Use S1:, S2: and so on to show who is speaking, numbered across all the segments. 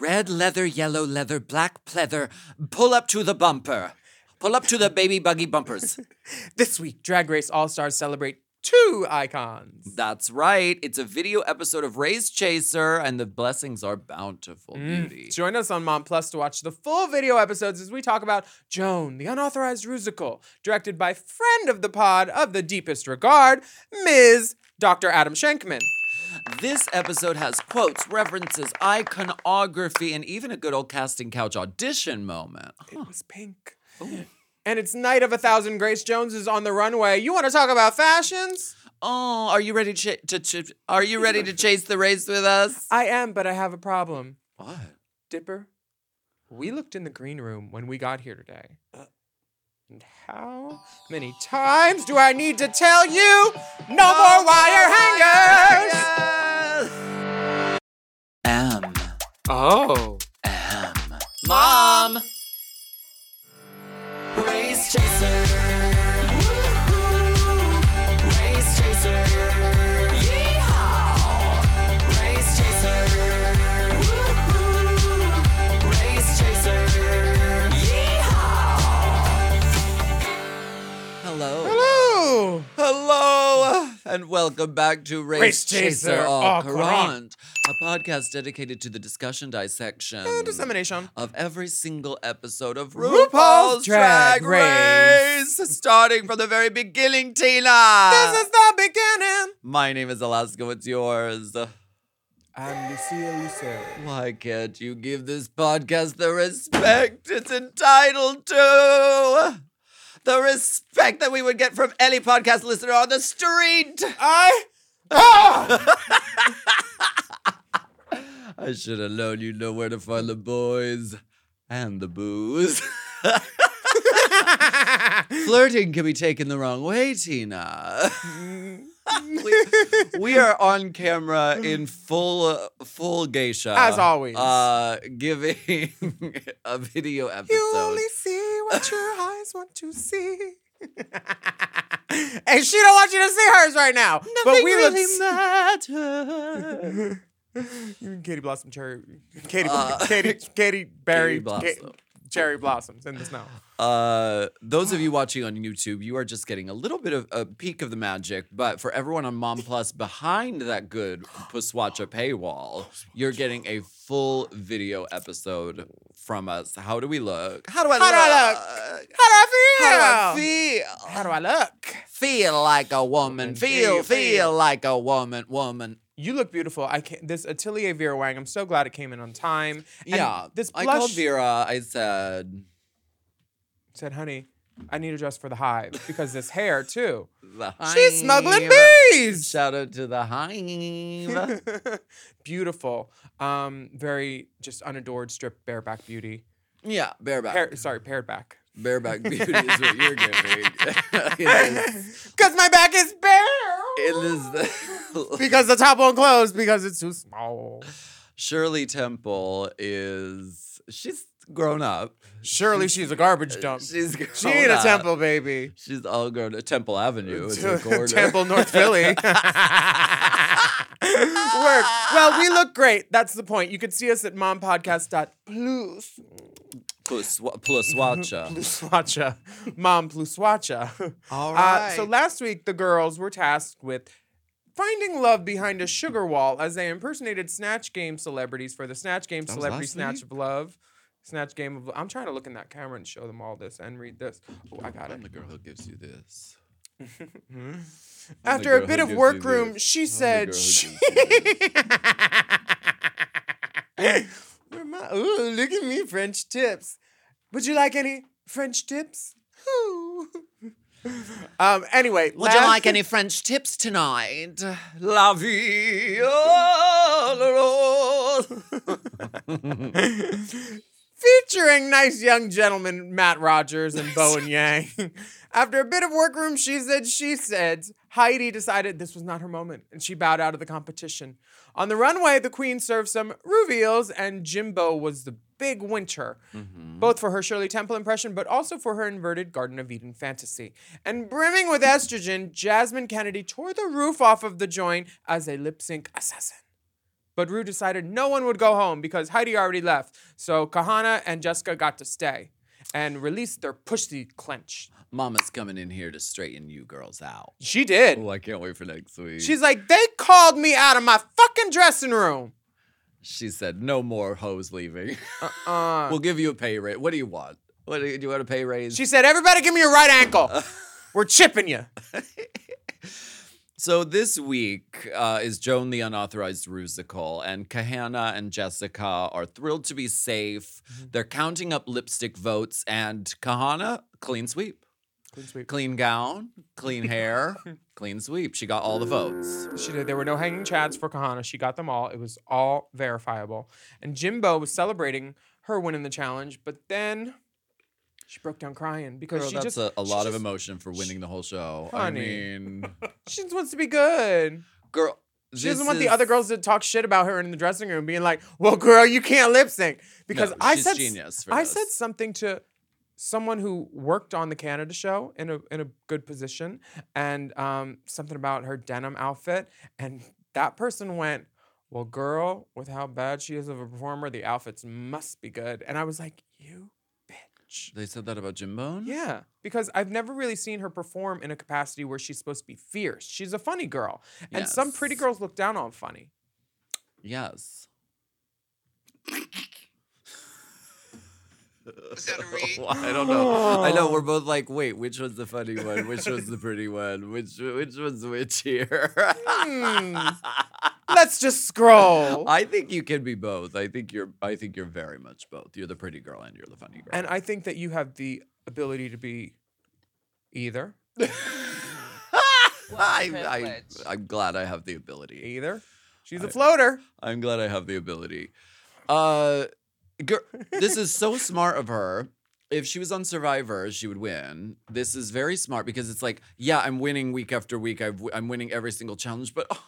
S1: Red leather, yellow leather, black pleather. Pull up to the bumper. Pull up to the baby buggy bumpers.
S2: This week, Drag Race All Stars celebrate two icons.
S1: That's right. It's a video episode of Race Chaser, and the blessings are bountiful, beauty.
S2: Join us on Mom Plus to watch the full video episodes as we talk about Joan, the unauthorized rusical, directed by friend of the pod of the deepest regard, Ms. Dr. Adam Shankman.
S1: This episode has quotes, references, iconography, and even a good old casting couch audition moment.
S2: It was pink. And it's Night of a Thousand Grace Jones is on the runway. You want to talk about fashions?
S1: Oh, are you ready to, ch- to ch- are you ready to chase the race with us?
S2: I am, but I have a problem.
S1: What?
S2: Dipper, we looked in the green room when we got here today. And how many times do I need to tell you? No, more wire hangers!
S1: M.
S2: Oh.
S1: Mom. Race chaser. Race chaser. Yeehaw. Race chaser. Race chaser. Hello.
S2: Hello!
S1: Hello uh, and welcome back to Race,
S2: Race
S1: Chaser,
S2: Chaser
S1: Au
S2: au
S1: Courant, a podcast dedicated to the discussion dissection
S2: Oh, Dissemination.
S1: of every single episode of RuPaul's,
S2: RuPaul's
S1: Drag,
S2: Drag
S1: Race.
S2: Race.
S1: starting from the very beginning, Tina.
S2: This is the beginning.
S1: My name is Alaska. What's yours?
S2: I'm Lucia Lucero.
S1: Why can't you give this podcast the respect it's entitled to? The respect that we would get from any podcast listener on the street.
S2: I. Ah!
S1: I should have known you know where to find the boys and the booze. Flirting can be taken the wrong way, Tina. we, we are on camera in full uh, full geisha,
S2: As always.
S1: uh, giving a video episode.
S2: you only see what your eyes want to see. and she don't want you to see hers right now. but we look
S1: really matters.
S2: You Katie Blossom Cherry, Katie,
S1: Uh,
S2: Katie, Katie Berry,
S1: Katie Blossom.
S2: Ka- Cherry Blossoms in the snow.
S1: Uh, those of you watching on YouTube, you are just getting a little bit of a peek of the magic. But for everyone on Mom Plus behind that good Puswacha paywall, you're getting a full video episode from us. How do we look? How do I
S2: How do I
S1: look?
S2: How do I feel?
S1: How do I feel?
S2: How do I look?
S1: Feel like a woman. Feel,
S2: Feel,
S1: feel
S2: feel.
S1: like a woman. Woman.
S2: You look beautiful. I can't. This Atelier Vera Wang. I'm so glad it came in on time. And
S1: yeah.
S2: This
S1: I
S2: blush
S1: called Vera. I said
S2: said, "Honey, I need a dress for the hive because this hair too.
S1: the
S2: She's smuggling
S1: hive.
S2: bees.
S1: Shout out to the hive.
S2: Beautiful. Um, very just unadorned, stripped, bareback beauty.
S1: yeah, bareback.
S2: Pear, sorry, pared back.
S1: Bareback beauty is what you're giving. it is.
S2: Cause my back is bare.
S1: It is the,
S2: because the top won't close because it's too small.
S1: Shirley Temple is she's grown up.
S2: Surely she's a garbage dump.
S1: She's grown
S2: she ain't a
S1: up.
S2: temple baby.
S1: She's all grown up. Temple Avenue is her corner.
S2: temple North Philly. Work. Well, we look great. That's the point. You can see us at mompodcast.plus.
S1: plus plus watcha.
S2: Pluswacha. Uh, Mom Pluswacha.
S1: All
S2: so last week, the girls were tasked with finding love behind a sugar wall as they impersonated Snatch Game celebrities for the Snatch Game
S1: was
S2: Celebrity
S1: last
S2: Snatch
S1: week?
S2: of Love. Snatch Game of Love. I'm trying to look in that camera and show them all this and read this. Oh, I got it.
S1: I'm the girl who gives you this.
S2: After a
S1: girl
S2: bit
S1: who
S2: of
S1: gives you
S2: workroom,
S1: this.
S2: she
S1: I'm the
S2: said
S1: girl who
S2: she. Where am I? Ooh, look at me, French tips. Would you like any French tips? Ooh. um. Anyway,
S1: Would you like any French tips tonight? La vie. oh, la, la.
S2: featuring nice young gentleman Matt Rogers and Bowen Yang. After a bit of workroom, she said, she said, Heidi decided this was not her moment and she bowed out of the competition. On the runway, the queen served some reveals and Jimbo was the big winter, both for her Shirley Temple impression, but also for her inverted Garden of Eden fantasy. And brimming with estrogen, Jasmine Kennedy tore the roof off of the joint as a lip sync assassin. But Rue decided no one would go home because Heidi already left. So Kahana and Jessica got to stay and release their pussy clench.
S1: Mama's coming in here to straighten you girls out.
S2: She did.
S1: Oh, I can't wait for next week.
S2: She's like, they called me out of my fucking dressing room.
S1: she said, no more hoes leaving.
S2: Uh,
S1: we'll give you a pay raise. What do you want? What do you, do you want a pay raise?
S2: she said, everybody give me your right ankle. We're chipping you.
S1: So this week uh, is Joan the Unauthorized Rusical, and Kahana and Jessica are thrilled to be safe.
S2: Mm-hmm.
S1: They're counting up lipstick votes, and Kahana, clean sweep.
S2: Clean sweep.
S1: Clean gown, clean hair, clean sweep. She got all the votes.
S2: She did. There were no hanging chads for Kahana. She got them all. It was all verifiable. And Jimbo was celebrating her win in the challenge, but then she broke down crying because
S1: Girl,
S2: she
S1: that's
S2: just
S1: a, a
S2: she
S1: lot of
S2: just-
S1: emotion for winning the whole show.
S2: Honey.
S1: I mean,
S2: She just wants to be good.
S1: girl.
S2: She doesn't
S1: this
S2: want
S1: is-
S2: the other girls to talk shit about her in the dressing room, being like, "Well, girl, you can't lip sync." Because
S1: No,
S2: I
S1: she's
S2: said
S1: genius for
S2: I
S1: this.
S2: said something to someone who worked on the Canada show in a in a good position, and um, something about her denim outfit, and that person went, "Well, girl, with how bad she is of a performer, the outfits must be good." And I was like, "You bitch."
S1: They said that about Jimbone?
S2: Yeah, because I've never really seen her perform in a capacity where she's supposed to be fierce. She's a funny girl, and some pretty
S1: Yes.
S2: girls look down on funny.
S1: Yes.
S3: Was that a read?
S1: I don't know. I know we're both like, wait, which was the funny one? Which was the pretty one? Which which was which here?
S2: Mm. Let's just scroll.
S1: I think you can be both. I think you're I think you're very much both. You're the pretty girl and you're the funny girl.
S2: and I think that you have the ability to be either,
S1: I, I I'm glad I have the ability.
S2: either. She's a floater.
S1: I'm glad I have the ability. Uh, gir this is so smart of her. If she was on Survivor, she would win. This is very smart because it's like, yeah, I'm winning week after week. I've, w- I'm winning every single challenge, but oh,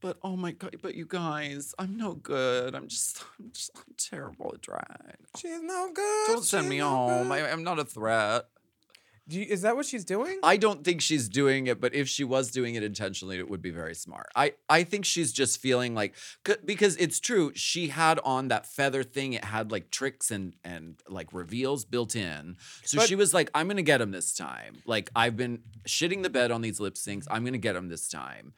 S1: but oh my god, but you guys, I'm no good. I'm just, I'm just, I'm terrible at drag.
S2: She's no good.
S1: Don't send
S2: she's
S1: me
S2: no
S1: home.
S2: good.
S1: I, I'm not a threat.
S2: Do you, is that what she's doing?
S1: I don't think she's doing it, but if she was doing it intentionally, it would be very smart. I, I think she's just feeling like c- because it's true. She had on that feather thing. It had like tricks and and like reveals built in. So
S2: But-
S1: she was like, "I'm gonna get him this time." Like I've been shitting the bed on these lip syncs. I'm gonna get him this time,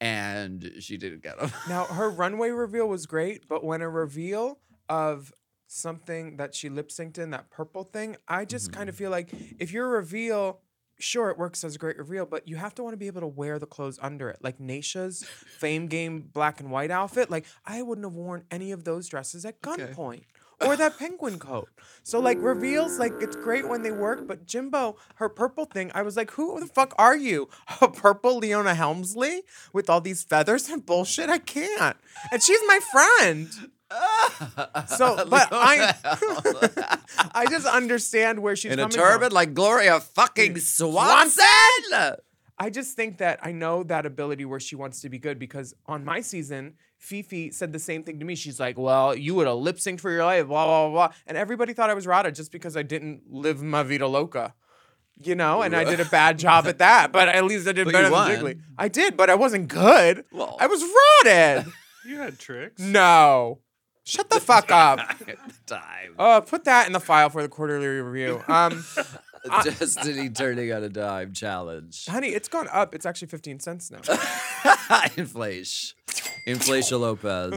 S1: and she didn't get him.
S2: Now her runway reveal was great, but when a reveal of something that she lip synced in that purple thing, I just kind of feel like if your reveal, sure it works as a great reveal, but you have to want to be able to wear the clothes under it. Like Naisha's Fame Game black and white outfit, like I wouldn't have worn any of those dresses at gunpoint. Or that penguin coat. So like reveals, like it's great when they work, but Jimbo, her purple thing, I was like, who the fuck are you? A purple Leona Helmsley with all these feathers and bullshit? I can't. And she's my friend. So but I I just understand where she's
S1: in a
S2: coming
S1: turban
S2: from.
S1: like Gloria fucking Swanson.
S2: I just think that I know that ability where she wants to be good because on my season, Fifi said the same thing to me. She's like, Well, you would have lip synced for your life, blah, blah, blah, blah. And everybody thought I was Rada just because I didn't live my Vida Loca, you know? And I did a bad job at that, but at least I did
S1: But you
S2: better than
S1: won.
S2: Jiggly. I did, but I wasn't good.
S1: Well-
S2: I was rotted.
S4: You had tricks.
S2: no. Shut the fuck up. Oh,
S1: At the time.
S2: Uh, put that in the file for the quarterly review. Um,
S1: Destiny turning on a dime challenge.
S2: Honey, it's gone up. It's actually 15 cents now.
S1: Inflation. Inflation Lopez.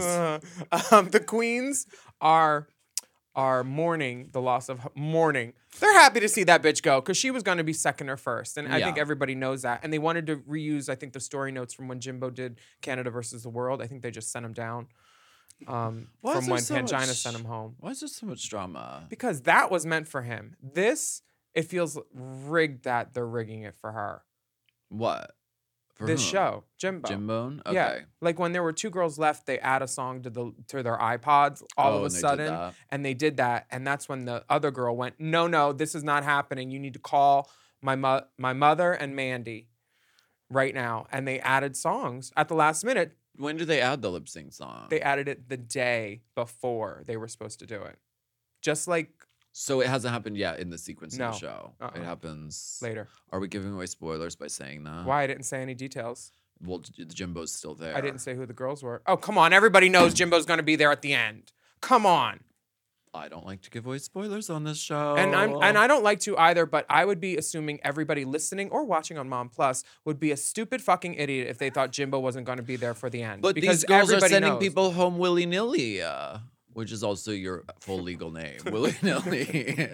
S2: Uh, um, the queens are are mourning the loss of mourning. They're happy to see that bitch go because she was going to be second or first, and I think
S1: Yeah.
S2: everybody knows that. And they wanted to reuse, I think, the story notes from when Jimbo did Canada versus the World. I think they just sent him down um,
S1: Why is
S2: from
S1: there
S2: when
S1: so
S2: Pangina
S1: much-
S2: sent him home
S1: Why is there so much drama?
S2: because that was meant for him. This it feels rigged that they're rigging it for her.
S1: What? For
S2: this
S1: whom?
S2: show, Jimbo.
S1: Jim Bone? Okay.
S2: Yeah, like when there were two girls left, they add a song to the to their iPods all
S1: Oh,
S2: of a
S1: and they did
S2: sudden,
S1: that.
S2: and they did that, and that's when the other girl went, "No, no, this is not happening. You need to call my mo- my mother and Mandy right now." And they added songs at the last minute.
S1: When did they add the lip sync song?
S2: They added it the day before they were supposed to do it, just like
S1: so it hasn't happened yet in the sequence
S2: No.
S1: of the show.
S2: Uh-uh.
S1: It happens
S2: later.
S1: Are we giving away spoilers by saying that?
S2: Why I didn't say any details.
S1: Well, the Jimbo's still there.
S2: I didn't say who the girls were. Oh come on, everybody knows Jimbo's gonna be there at the end. Come on.
S1: I don't like to give away spoilers on this show.
S2: And I'm and I don't like to either, but I would be assuming everybody listening or watching on Mom Plus would be a stupid fucking idiot if they thought Jimbo wasn't going to be there for the end.
S1: But
S2: because
S1: these girls are
S2: everybody
S1: sending
S2: knows.
S1: people home willy nilly, uh, which is also your full legal name, willy nilly.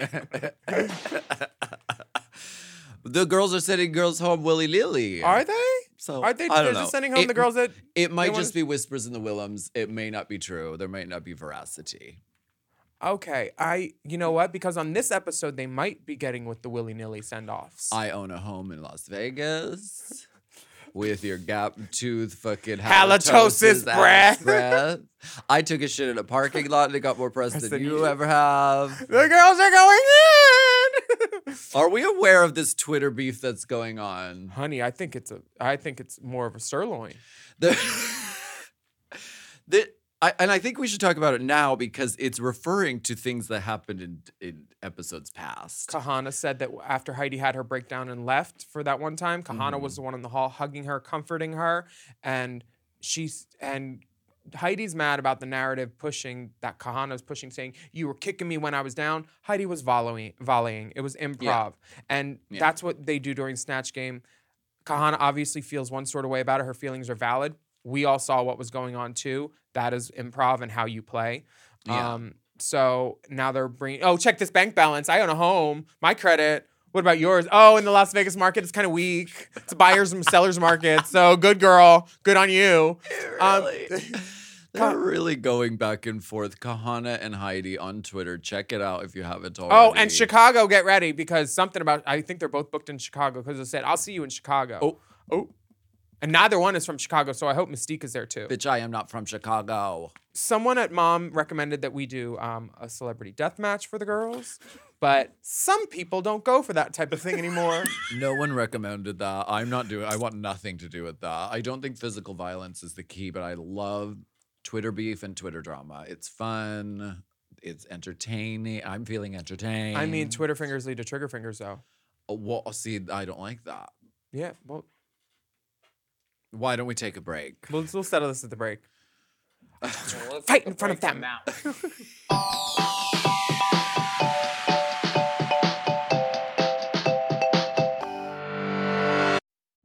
S1: the girls are sending girls home willy nilly.
S2: Are they?
S1: So
S2: Are they?
S1: I don't
S2: they're
S1: know.
S2: just sending home
S1: It-
S2: the girls that.
S1: It might
S2: wanna-
S1: just be whispers in the Willems. It may not be true. There might not be veracity.
S2: Okay, I. You know what? Because on this episode, they might be getting with the willy nilly send offs.
S1: I own a home in Las Vegas with your gap tooth fucking
S2: Halitosis breath.
S1: breath. I took a shit in a parking lot and it got more press than you ever have.
S2: The girls are going in.
S1: Are we aware of this Twitter beef that's going on?
S2: Honey, I think it's a. I think it's more of a sirloin.
S1: The, the, I, and I think we should talk about it now because it's referring to things that happened in, in episodes past.
S2: Kahana said that after Heidi had her breakdown and left for that one time, Kahana was the one in the hall hugging her, comforting her, and she's and Heidi's mad about the narrative pushing that Kahana's pushing, saying you were kicking me when I was down. Heidi was volleying, volleying. It was improv, and
S1: Yeah.
S2: that's what they do during snatch game. Kahana obviously feels one sort of way about it. Her feelings are valid. We all saw what was going on too. That is improv and how you play.
S1: Yeah.
S2: Um, so now they're bringing. Oh, check this bank balance. I own a home. My credit. What about yours? Oh, in the Las Vegas market, it's kind of weak. It's a buyers and sellers market. So good girl. Good on you. Um,
S1: Really? They're really going back and forth. Kahana and Heidi on Twitter. Check it out if you haven't already.
S2: oh, and Chicago, get ready because something about. I think they're both booked in Chicago because they said, "I'll see you in Chicago."
S1: Oh.
S2: oh. And neither one is from Chicago, so I hope Mystique is there too.
S1: Bitch, I am not from Chicago.
S2: someone at mom recommended that we do um, a celebrity death match for the girls but some people don't go for that type of thing anymore
S1: No one recommended that. I'm not doing I want nothing to do with that. I don't think physical violence is the key, but I love Twitter beef and Twitter drama. It's fun. It's entertaining. I'm feeling entertained.
S2: i mean twitter fingers lead to trigger fingers though
S1: Oh, Well, see, I don't like that.
S2: yeah well
S1: Why don't we take a break?
S2: we'll, we'll settle this at the break fight in front of them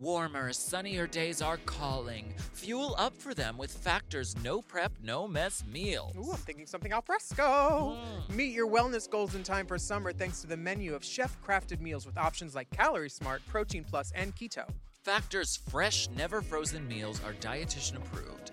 S3: Warmer, sunnier days are calling. Fuel up for them with Factor's no prep, no mess meals.
S2: Ooh, I'm thinking something al fresco. Meet your wellness goals in time for summer thanks to the menu of chef crafted meals with options like Calorie Smart, Protein Plus, and Keto.
S3: Factor's fresh, never frozen meals are dietitian approved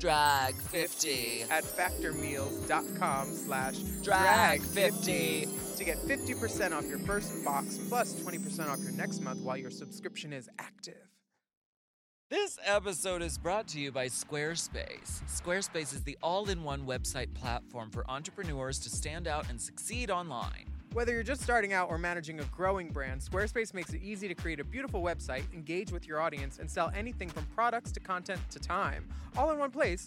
S3: Drag 50.
S2: at factormeals.com slash
S3: Drag 50.
S2: to get 50% off your first box plus 20% off your next month while your subscription is active.
S3: This episode is brought to you by Squarespace. Squarespace is the all in one website platform for entrepreneurs to stand out and succeed online.
S2: Whether you're just starting out or managing a growing brand, Squarespace makes it easy to create a beautiful website, engage with your audience, and sell anything from products to content to time, all in one place,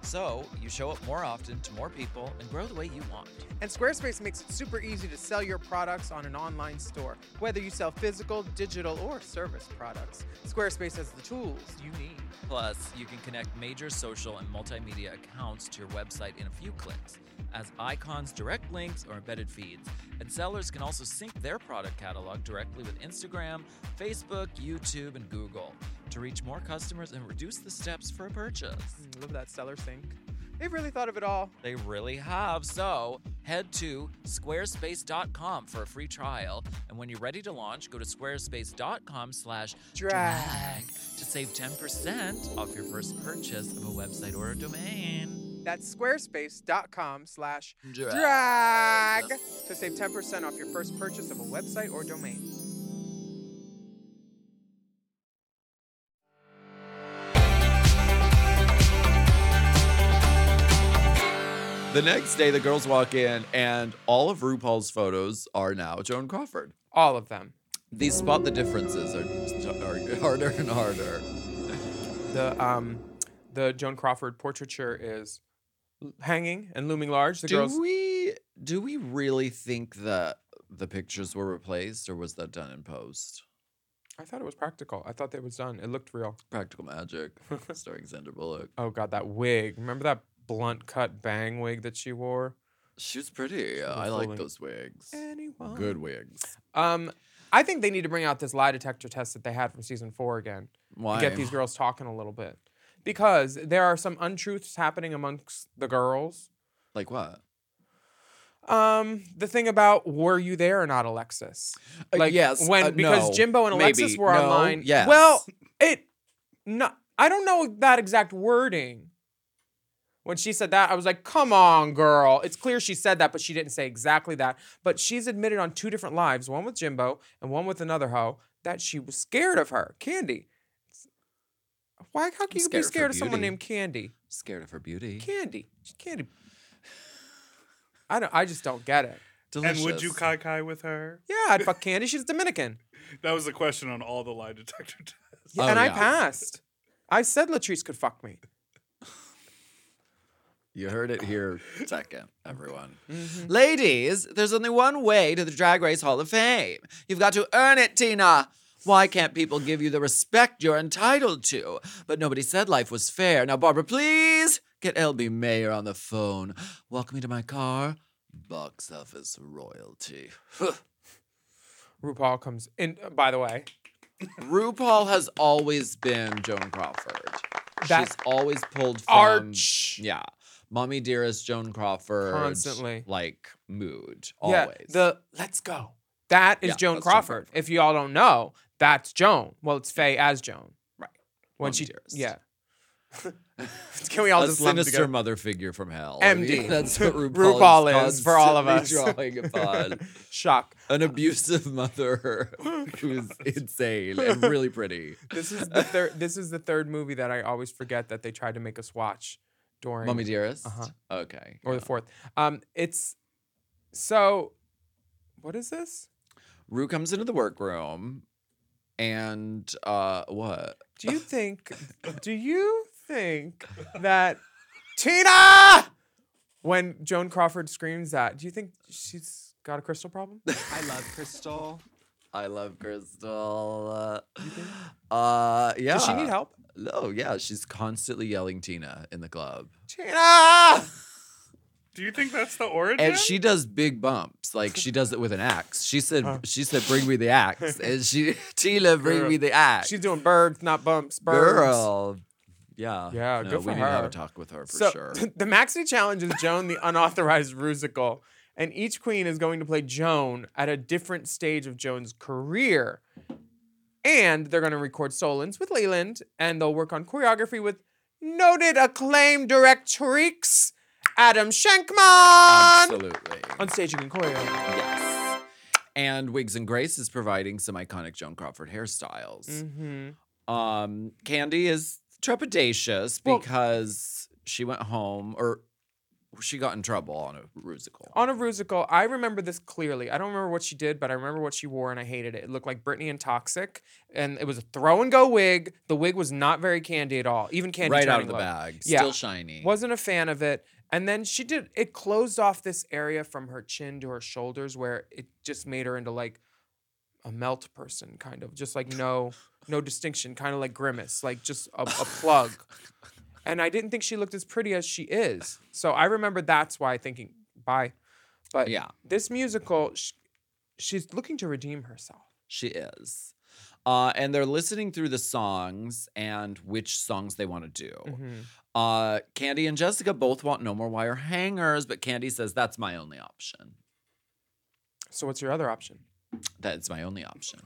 S3: So you show up more often to more people and grow the way you want.
S2: And Squarespace makes it super easy to sell your products on an online store, whether you sell physical, digital, or service products. Squarespace has the tools you need.
S3: Plus, you can connect major social and multimedia accounts to your website in a few clicks as icons, direct links, or embedded feeds. And sellers can also sync their product catalog directly with Instagram, Facebook, YouTube, and Google to reach more customers and reduce the steps for a purchase.
S2: Mm, Love that seller sync. They've really thought of it all.
S3: They really have. So head to squarespace.com for a free trial. And when you're ready to launch, go to squarespace.com slash drag to save 10% off your first purchase of a website or a domain.
S2: That's squarespace.com slash
S3: Drag.
S2: drag to save 10% off your first purchase of a website or domain.
S1: The next day, the girls walk in, and all of RuPaul's photos are now Joan Crawford.
S2: All of them.
S1: These spot the differences are, are harder and harder.
S2: The um the Joan Crawford portraiture is hanging and looming large. The
S1: do
S2: girls
S1: we do we really think that the pictures were replaced, or was that done in post?
S2: I thought it was practical. I thought that was done. It looked real.
S1: Practical Magic, starring Sandra Bullock.
S2: Oh god, that wig. Remember that blunt cut bang wig that she wore?
S1: She was pretty. Yeah,
S2: was
S1: I like
S2: fully-
S1: those wigs.
S2: Anyone.
S1: Good wigs.
S2: Um I think they need to bring out this lie detector test that they had from season 4 again.
S1: Why?
S2: get these girls talking a little bit because there are some untruths happening amongst the girls.
S1: like what?
S2: Um, the thing about were you there or not, Alexis?
S1: Uh,
S2: Like
S1: yes,
S2: when
S1: uh,
S2: because
S1: no,
S2: Jimbo and Alexis
S1: maybe,
S2: were
S1: no,
S2: online.
S1: yes.
S2: Well, it no, I don't know that exact wording. When she said that, I was like, "Come on, girl!" It's clear she said that, but she didn't say exactly that. But she's admitted on two different lives, one with Jimbo and one with another hoe, that she was scared of her, Candy. Why? How can you
S1: scared
S2: be
S1: of her
S2: scared of someone
S1: beauty.
S2: named Candy?
S1: Scared of her beauty.
S2: Candy, She's Candy. I don't. I just don't get it.
S4: And would you
S1: Delicious.
S4: kai kai with her?
S2: Yeah, I'd fuck Candy. She's Dominican.
S4: That was the question on all the lie detector tests.
S2: Yeah,
S1: Oh,
S2: and I
S1: yeah.
S2: passed. I said Latrice could fuck me.
S1: You heard it here second, everyone. Ladies, there's only one way to the Drag Race Hall of Fame. You've got to earn it, Tina. Why can't people give you the respect you're entitled to? But nobody said life was fair. Now, Barbara, please get LB Mayer on the phone. Walk me to my car. Box office royalty.
S2: RuPaul comes in. uh, By the way,
S1: RuPaul has always been Joan Crawford.
S2: That-
S1: She's always pulled from
S2: Arch.
S1: Yeah. Mommy Dearest Joan Crawford
S2: Constantly.
S1: like mood always.
S2: yeah, the let's go. That is
S1: Yeah,
S2: Joan
S1: that's Joan
S2: Crawford. If y'all don't know, that's Joan. Well, it's Faye as Joan.
S1: Right.
S2: When
S1: Mommy
S2: she
S1: dearest.
S2: yeah. Can we all
S1: a
S2: just lump
S1: sinister
S2: together?
S1: mother figure from hell.
S2: MD.
S1: That's what RuPaul,
S2: RuPaul is for all of
S1: constantly
S2: us.
S1: Drawing upon
S2: Shock.
S1: an abusive mother who's insane and really pretty.
S2: This is the third. this is the third movie that I always forget that they tried to make us watch during
S1: Mommy dearest.
S2: Uh-huh.
S1: Okay.
S2: or the fourth. Um, it's so. What is this?
S1: Ru comes into the workroom and uh what?
S2: Do you think? do you think that Tina, when Joan Crawford screams that, do you think she's got a crystal problem?
S5: I love Crystal.
S1: I
S2: Mm.
S1: love Crystal. Uh, uh, yeah.
S2: Does she need help?
S1: No, yeah. She's constantly yelling Tina in the club.
S2: Tina!
S4: Do you think that's the origin?
S1: And she does big bumps. Like she does it with an axe. She said she said bring me the axe. And she Tina bring me the axe.
S2: She's doing birds, not bumps. Birds.
S1: girl. Yeah.
S2: Yeah,
S1: No,
S2: good
S1: we
S2: for
S1: need to have
S2: her.
S1: a talk with her for
S2: so
S1: sure.
S2: the Maxi Challenge is Joan the unauthorized rusical, and each queen is going to play Joan at a different stage of Joan's career. And they're going to record Solons with Leland, and they'll work on choreography with noted acclaimed directrix Adam Shankman.
S1: Absolutely.
S2: On stage, you can choreo.
S1: Yes. And Wigs and Grace is providing some iconic Joan Crawford hairstyles.
S2: Mm-hmm.
S1: Um, Candy is trepidatious
S2: Well-
S1: because she went home or she got in trouble on a rusical.
S2: On a rusical, I remember this clearly. I don't remember what she did, but I remember what she wore and I hated it. It looked like Britney and Toxic, and it was a throw and go wig. The wig was not very candy at all, even candy
S1: right out
S2: Johnny
S1: of the
S2: loved it.
S1: bag.
S2: Yeah.
S1: Still shiny.
S2: Wasn't a fan of it. And then she did it closed off this area from her chin to her shoulders where it just made her into like a melt person kind of just like no no distinction kind of like grimace like just a, a plug and i didn't think she looked as pretty as she is so i remember that's why thinking bye but
S1: Yeah.
S2: this musical sh she's looking to redeem herself
S1: She is. Uh, and they're listening through the songs and which songs they want to do.
S2: Mm-hmm.
S1: Uh, Candy and Jessica both want No More Wire Hangers, but Candy says that's my only option.
S2: so what's your other option
S1: That's my only option.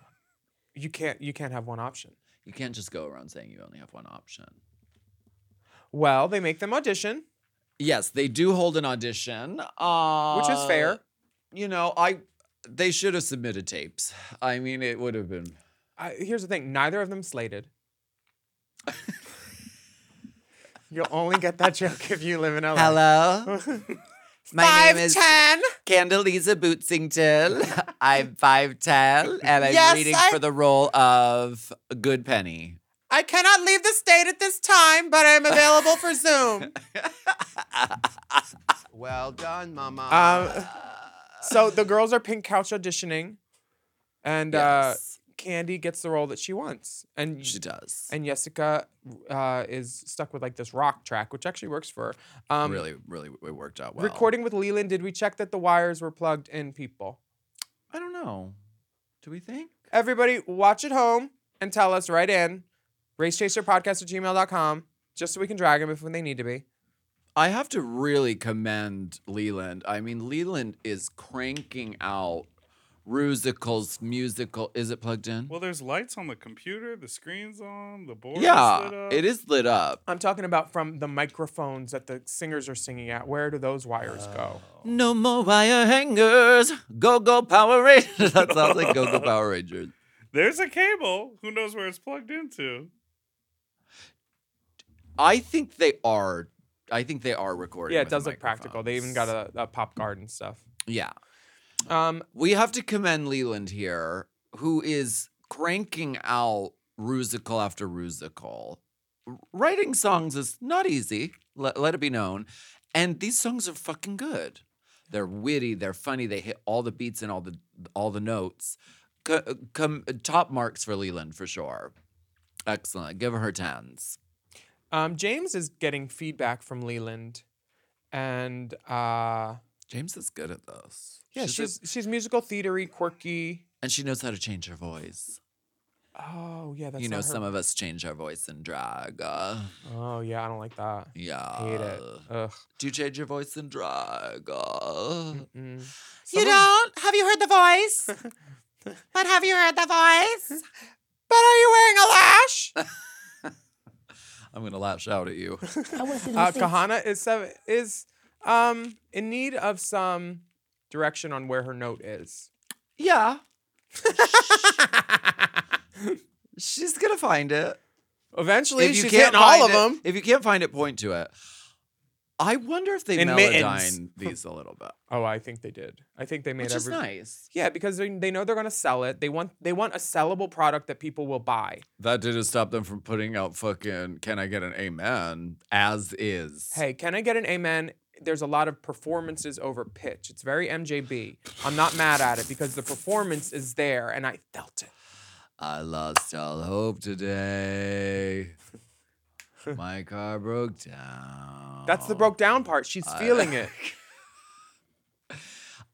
S2: you can't you can't have one option
S1: You can't just go around saying you only have one option.
S2: well they make them audition
S1: Yes, they do hold an audition, uh,
S2: which is fair
S1: You know, I they should have submitted tapes. I mean, it would have been
S2: I, here's the thing: neither of them slated. You'll only get that joke if you live in LA.
S1: hello. My
S2: Five ten.
S1: Candeliza Bootsington. I'm 5'10 and I'm
S2: Yes,
S1: reading
S2: I-
S1: for the role of Good Penny.
S2: I cannot leave the state at this time, but I am available for Zoom.
S5: Well done, Mama.
S2: um,
S1: uh,
S2: so the girls are pink couch auditioning, and
S1: Yes.
S2: uh, Candy gets the role that she wants, and
S1: she does.
S2: and Jessica uh, is stuck with like this rock track, which actually works for her. Um,
S1: really, really, it worked out well.
S2: Recording with Leland, did we check that the wires were plugged in? People.
S1: I don't know. Do we think?
S2: Everybody, watch at home and tell us right in racechaserpodcast at gmail.com just so we can drag them if when they need to be.
S1: I have to really commend Leland. I mean, Leland is cranking out musicals, musical. Is it plugged in?
S4: well, there's lights on the computer, the screen's on, the board. is lit
S2: uh,
S1: yeah,
S4: up.
S1: it is lit
S2: oh.
S1: up.
S2: I'm talking about from the microphones that the singers are singing at. Where do those wires go?
S1: No more wire hangers. Go go Power Rangers. that sounds like Go Go Power Rangers.
S4: There's a cable. Who knows where it's plugged into?
S1: I think they are. I think they are recording.
S2: Yeah, it
S1: with the
S2: does look practical. They even got
S1: microphones.
S2: a, a pop guard and stuff.
S1: Yeah,
S2: Um,
S1: we have to commend Leland here, who is cranking out rusical after rusical. R- Writing songs is not easy. Let, let it be known, and these songs are fucking good. They're witty. They're funny. They hit all the beats and all the all the notes. C- come top marks for Leland for sure. Excellent. Give her tens.
S2: um, James is getting feedback from Leland. And uh,
S1: James is good at this.
S2: yeah,
S1: a-
S2: she's, she's musical theatery, quirky.
S1: and she knows how to change her voice.
S2: Oh, yeah, that's
S1: you know,
S2: not her.
S1: some of us change our voice in drag. Uh,
S2: Oh, yeah, I don't like that.
S1: yeah.
S2: Hate it.
S1: Uh.
S2: Ugh.
S1: Do you change your voice in drag? Uh,
S2: Mm.
S1: you don't? Have you heard the voice? but have you heard the voice?
S2: But are you wearing a lash?
S1: I'm gonna lash out at you.
S2: uh, Kahana is seven, is um in need of some direction on where her note is.
S1: yeah. She's gonna find it.
S2: Eventually,
S1: if you
S2: she's
S1: can't
S2: getting all
S1: find
S2: of
S1: it-
S2: them.
S1: If you can't find it, point to it. I wonder if they
S2: And mittens.
S1: melodyne these a little bit,
S2: Oh, I think they did. I think they made
S1: which is
S2: every.
S1: nice.
S2: Yeah, because they, they know they're gonna sell it. They want they want a sellable product that people will buy.
S1: That didn't stop them from putting out fucking "Can I Get an Amen" as is.
S2: Hey, can I get an amen? There's a lot of performances over pitch. It's very MJB. I'm not mad at it because the performance is there and I felt it.
S1: I lost all hope today. My car broke down.
S2: That's the broke down part. She's feeling it.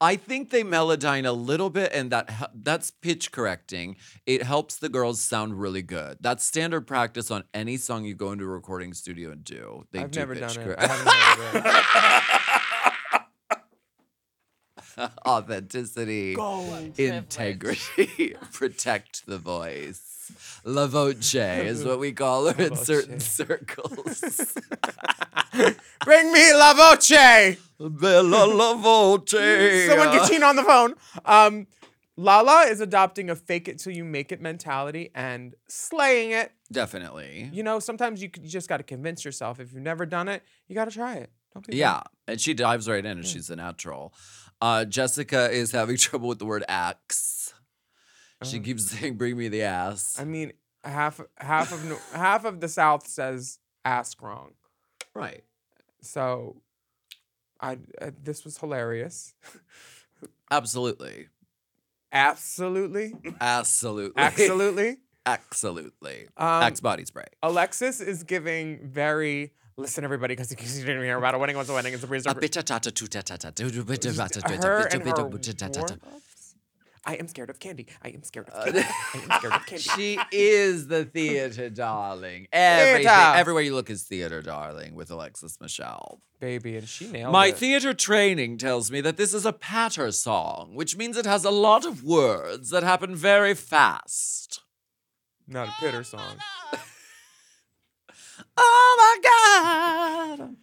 S1: I think they melodyne a little bit, and that hel- that's pitch correcting. It helps the girls sound really good. That's standard practice on any song you go into a recording studio and do. They
S2: I've
S1: do
S2: never
S1: pitch
S2: done it.
S1: correct-
S2: I haven't never done it.
S1: authenticity, integrity, protect the voice. La voce is what we call her in certain circles.
S2: Bring me La Voce.
S1: Bella la voce.
S2: Someone get Tina on the phone. Um, Lala is adopting a fake it till you make it mentality and slaying it.
S1: Definitely.
S2: You know, sometimes you, c- you just got to convince yourself. If you've never done it, you got to try it. Don't be
S1: Yeah, and she dives right in, and she's a natural. Uh, Jessica is having trouble with the word axe. She keeps saying, "Bring me the ass."
S2: I mean, half half of Nor- half of the South says ask wrong.
S1: right.
S2: So, I uh, this was hilarious.
S1: Absolutely.
S2: Absolutely,
S1: Absolutely.
S2: absolutely.
S1: Absolutely.
S2: Um,
S1: Axe body spray.
S2: Alexis is giving very listen everybody because you didn't hear about a wedding. What's a wedding? It's a breeze.
S1: A bit of tata to tata tata to bit of tata to
S2: her
S1: bit
S2: and
S1: of bit
S2: her
S1: of bit of tata tata.
S2: warm-ups. I am scared of candy. I am scared of candy. I am scared of candy.
S1: Uh, She is the theater darling. Everything,
S2: Theater.
S1: everywhere you look is theater darling with Alexis Michelle.
S2: Baby, and she nailed
S1: My
S2: it.
S1: theater training tells me that this is a patter song, which means it has a lot of words that happen very fast.
S2: Not a pitter song.
S1: Oh my god!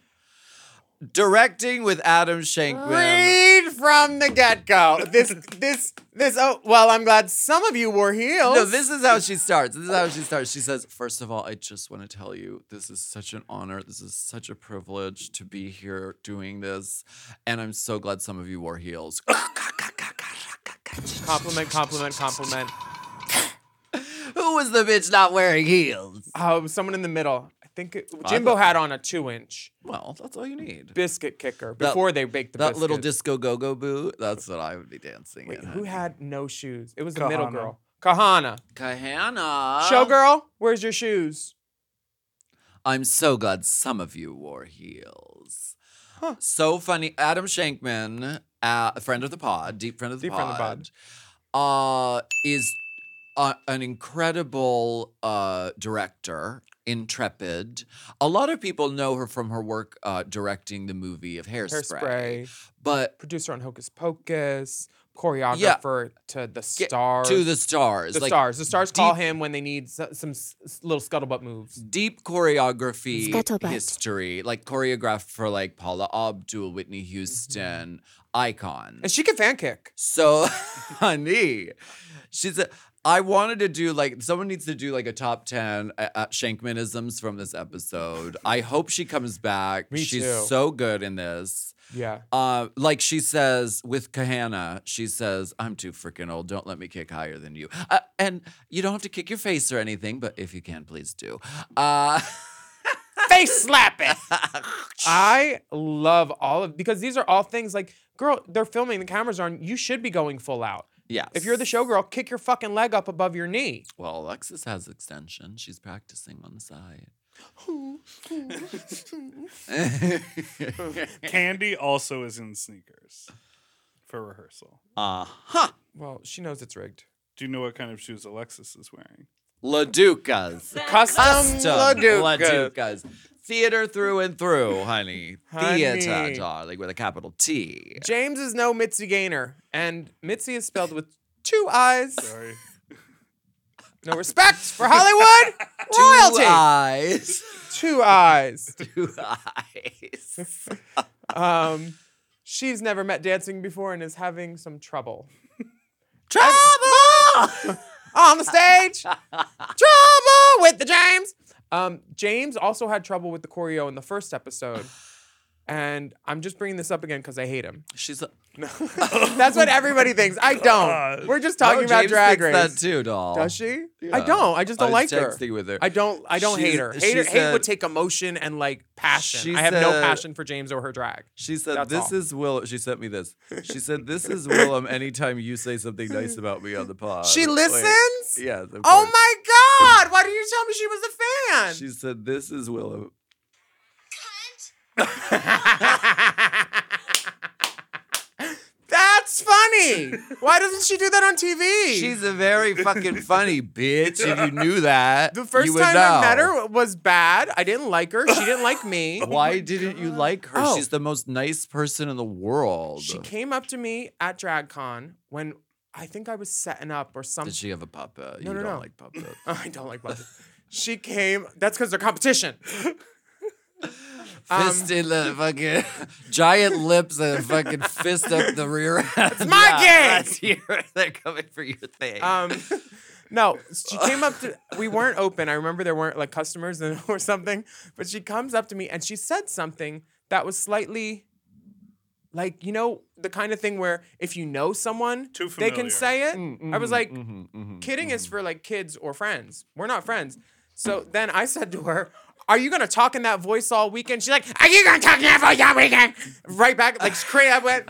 S1: Directing with Adam Shankman.
S2: Read from the get go. This, this, this. Oh, well, I'm glad some of you wore heels.
S1: No, this is how she starts. This is how she starts. She says, First of all, I just want to tell you this is such an honor. This is such a privilege to be here doing this. And I'm so glad some of you wore heels.
S2: compliment, compliment, compliment.
S1: Who was the bitch not wearing heels?
S2: Oh, someone in the middle. I think it, Jimbo had on a two inch
S1: Well, that's all you need.
S2: biscuit kicker before they baked the
S1: that
S2: biscuit.
S1: little disco go go boot. That's what I would be dancing
S2: Wait,
S1: in.
S2: who had no shoes? It was the middle
S4: Kahana.
S2: girl. Kahana.
S1: Kahana?
S2: Showgirl, where's your shoes?
S1: I'm so glad some of you wore heels. So funny. Adam Shankman, uh, a friend of the pod, deep friend of the
S2: Deep friend
S1: pod,
S2: of the pod.
S1: Uh, is uh, an incredible uh, director, intrepid. A lot of people know her from her work uh, directing the movie of Hairspray.
S2: Hairspray.
S1: But
S2: Producer on Hocus Pocus. Choreographer to the
S1: get
S2: stars.
S1: to the stars.
S2: The
S1: like,
S2: stars. The stars call him when they need s- some s- s- little scuttlebutt moves.
S1: deep choreography
S6: Scuttlebutt.
S1: history, like choreographed for like Paula Abdul, Whitney Houston,
S2: Mm-hmm.
S1: icon.
S2: And she can fan kick.
S1: So, honey, she said, I wanted to do like, someone needs to do like a top 10 uh, uh, Shankmanisms from this episode. I hope she comes back.
S2: Me
S1: She's
S2: too.
S1: so good in this.
S2: Yeah.
S1: Uh, like she says with Kahana, she says, I'm too freaking old. Don't let me kick higher than you. Uh, and you don't have to kick your face or anything, but if you can, please do. Uh,
S2: Face slap it. I love all of because these are all things like, girl, they're filming, the cameras on. You should be going full out.
S1: yes.
S2: If you're the showgirl, kick your fucking leg up above your knee.
S1: Well, Alexis has extension. She's practicing on the side.
S4: Candy also is in sneakers for rehearsal.
S1: Uh huh.
S2: Well, she knows it's rigged.
S4: Do you know what kind of shoes Alexis is wearing?
S1: Laducas.
S2: Custom,
S1: Custom
S2: Laduca.
S1: Laducas. Theater through and through, honey. Theater,
S2: Honey.
S1: darling, with a capital T.
S2: James is no Mitzi Gaynor, and Mitzi is spelled with two eyes.
S4: Sorry.
S2: No respect for Hollywood
S1: Two
S2: royalty.
S1: eyes.
S2: Two eyes.
S1: Two eyes.
S2: Um, she's never met dancing before and is having some trouble
S1: Trouble!
S2: on the stage. trouble with the James. Um, James also had trouble with the choreo in the first episode. And I'm just bringing this up again because I hate him.
S1: She's like,
S2: That's what everybody thinks. I don't. We're just talking
S1: oh,
S2: about
S1: James
S2: drag race.
S1: thinks that too, doll.
S2: Does she? I
S1: Yeah.
S2: don't. I just don't
S1: I was
S2: like her.
S1: texting with her.
S2: I don't. I don't hate
S1: She's-
S2: her. Hate,
S1: she
S2: her- hate would
S1: said-
S2: take emotion and like passion.
S1: She
S2: I have no
S1: said-
S2: passion for James or her drag.
S1: She said,
S2: That's
S1: "This
S2: all.
S1: is Will." She sent me this. She said, "This is Willem." Anytime you say something nice about me on the pod,
S2: She
S1: Wait.
S2: listens?
S1: Yes. Of
S2: Oh
S1: course.
S2: my God! Why didn't you tell me she was a fan?
S1: She said, "This is Willem."
S2: That's funny. Why doesn't she do that on TV?
S1: She's a very fucking funny bitch. If you knew that,
S2: the first
S1: you would
S2: time I met
S1: know.
S2: her was bad. I didn't like her. She didn't like me.
S1: Why didn't you like her?
S2: Oh.
S1: She's the most nice person in the world.
S2: She came up to me at DragCon when I think I was setting up or something.
S1: Did she have a puppet?
S2: No,
S1: you
S2: no,
S1: don't
S2: no. Um,
S1: like puppet.
S2: I don't like buses. she came. That's because they're competition. Um,
S1: Fist in the fucking giant lips and a fucking fist up the rear end. It's
S2: my game!
S1: They're coming for your thing.
S2: Um, no, she came up to. We weren't open. I remember there weren't like customers and- or something. But she comes up to me and she said something that was slightly, like you know, the kind of thing where if you know someone,
S4: Too
S2: they can
S4: familiar.
S2: say it. I was like,
S1: Mhm, mhm.
S2: kidding is for like kids or friends. We're not
S1: Mm-hmm.
S2: friends. So then I said to her, Are you gonna talk in that voice all weekend? She's like, Are you gonna talk in that voice all weekend? Right back, like straight up went,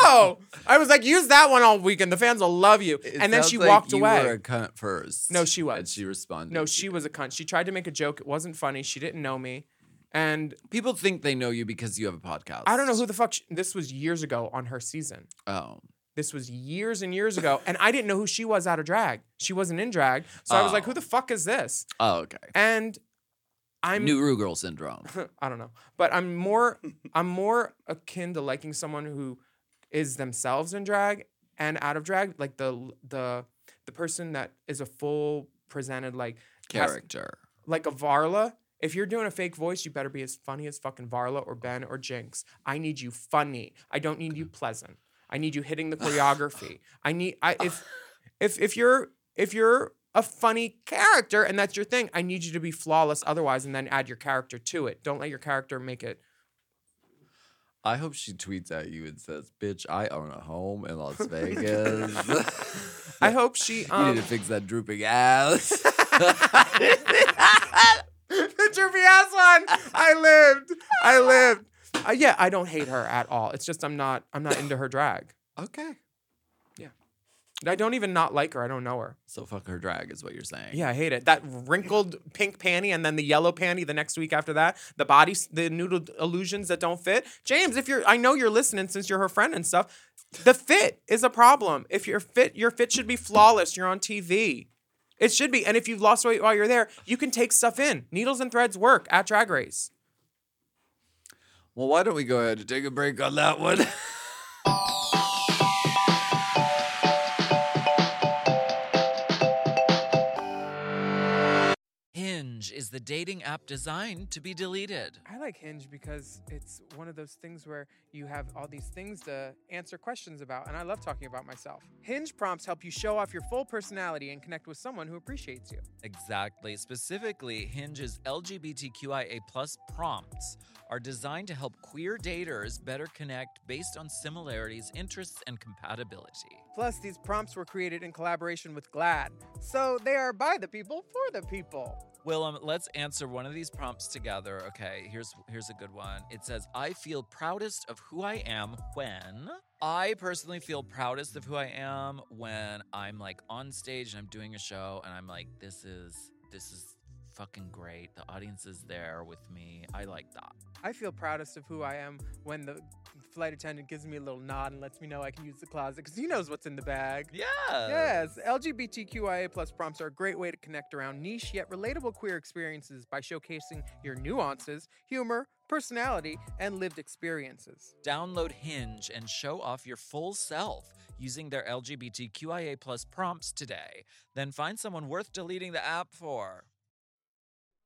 S2: Oh. I was like, use that one all weekend. The fans will love you.
S1: It
S2: and then she
S1: sounds like
S2: walked
S1: you
S2: away.
S1: were a cunt first.
S2: No, she was.
S1: And she responded.
S2: no,
S1: to
S2: she
S1: you.
S2: was a cunt. She tried to make a joke. It wasn't funny. She didn't know me. And
S1: People think they know you because you have a podcast.
S2: I don't know who the fuck she, this was years ago on her season.
S1: Oh.
S2: This was years and years ago. And I didn't know who she was out of drag. She wasn't in drag. So I was like,
S1: Oh.
S2: who the fuck is this?
S1: Oh, okay.
S2: And I'm
S1: New Rue Girl syndrome.
S2: I don't know, but I'm more I'm more akin to liking someone who is themselves in drag and out of drag, like the the the person that is a full presented like has-
S1: Character.
S2: like a Varla. If you're doing a fake voice, you better be as funny as fucking Varla or Ben or Jinx. I need you funny. I don't need you pleasant. I need you hitting the choreography. I need I if if if you're if you're a funny character and that's your thing, I need you to be flawless otherwise and then add your character to it. Don't let your character make it
S1: I hope she tweets at you and says, "Bitch, I own a home in Las Vegas."
S2: I hope she
S1: you
S2: um
S1: need to fix that drooping ass.
S2: the droopy ass one. I lived. I lived. Uh, yeah, I don't hate her at all. It's just I'm not I'm not into her drag.
S1: okay.
S2: I don't even not like her. I don't know her.
S1: So fuck her drag is what you're saying.
S2: Yeah, I hate it. That wrinkled pink panty and then the yellow panty the next week after that. The body, s- the noodle d- illusions that don't fit. James, if you're, I know you're listening since you're her friend and stuff. The fit is a problem. If you're fit, your fit should be flawless. You're on TV. It should be. And if you've lost weight while you're there, you can take stuff in. Needles and threads work at Drag Race.
S1: Well, why don't we go ahead and take a break on that one?
S3: Hinge is the dating app designed to be deleted.
S2: I like Hinge because it's one of those things where you have all these things to answer questions about, and I love talking about myself. Hinge prompts help you show off your full personality and connect with someone who appreciates you.
S3: Exactly. Specifically, Hinge's LGBTQIA prompts are designed to help queer daters better connect based on similarities, interests, and compatibility.
S2: Plus, these prompts were created in collaboration with GLAD, so they are by the people for the people.
S3: Willem, um, let's answer one of these prompts together. Okay, here's here's a good one. It says, "I feel proudest of who I am when." I personally feel proudest of who I am when I'm like on stage and I'm doing a show and I'm like, "This is this is fucking great. The audience is there with me. I like that."
S2: I feel proudest of who I am when the flight attendant gives me a little nod and lets me know I can use the closet because he knows what's in the bag.
S3: Yeah.
S2: Yes, LGBTQIA plus prompts are a great way to connect around niche yet relatable queer experiences by showcasing your nuances, humor, personality, and lived experiences.
S3: Download Hinge and show off your full self using their LGBTQIA prompts today. Then find someone worth deleting the app for.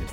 S6: it's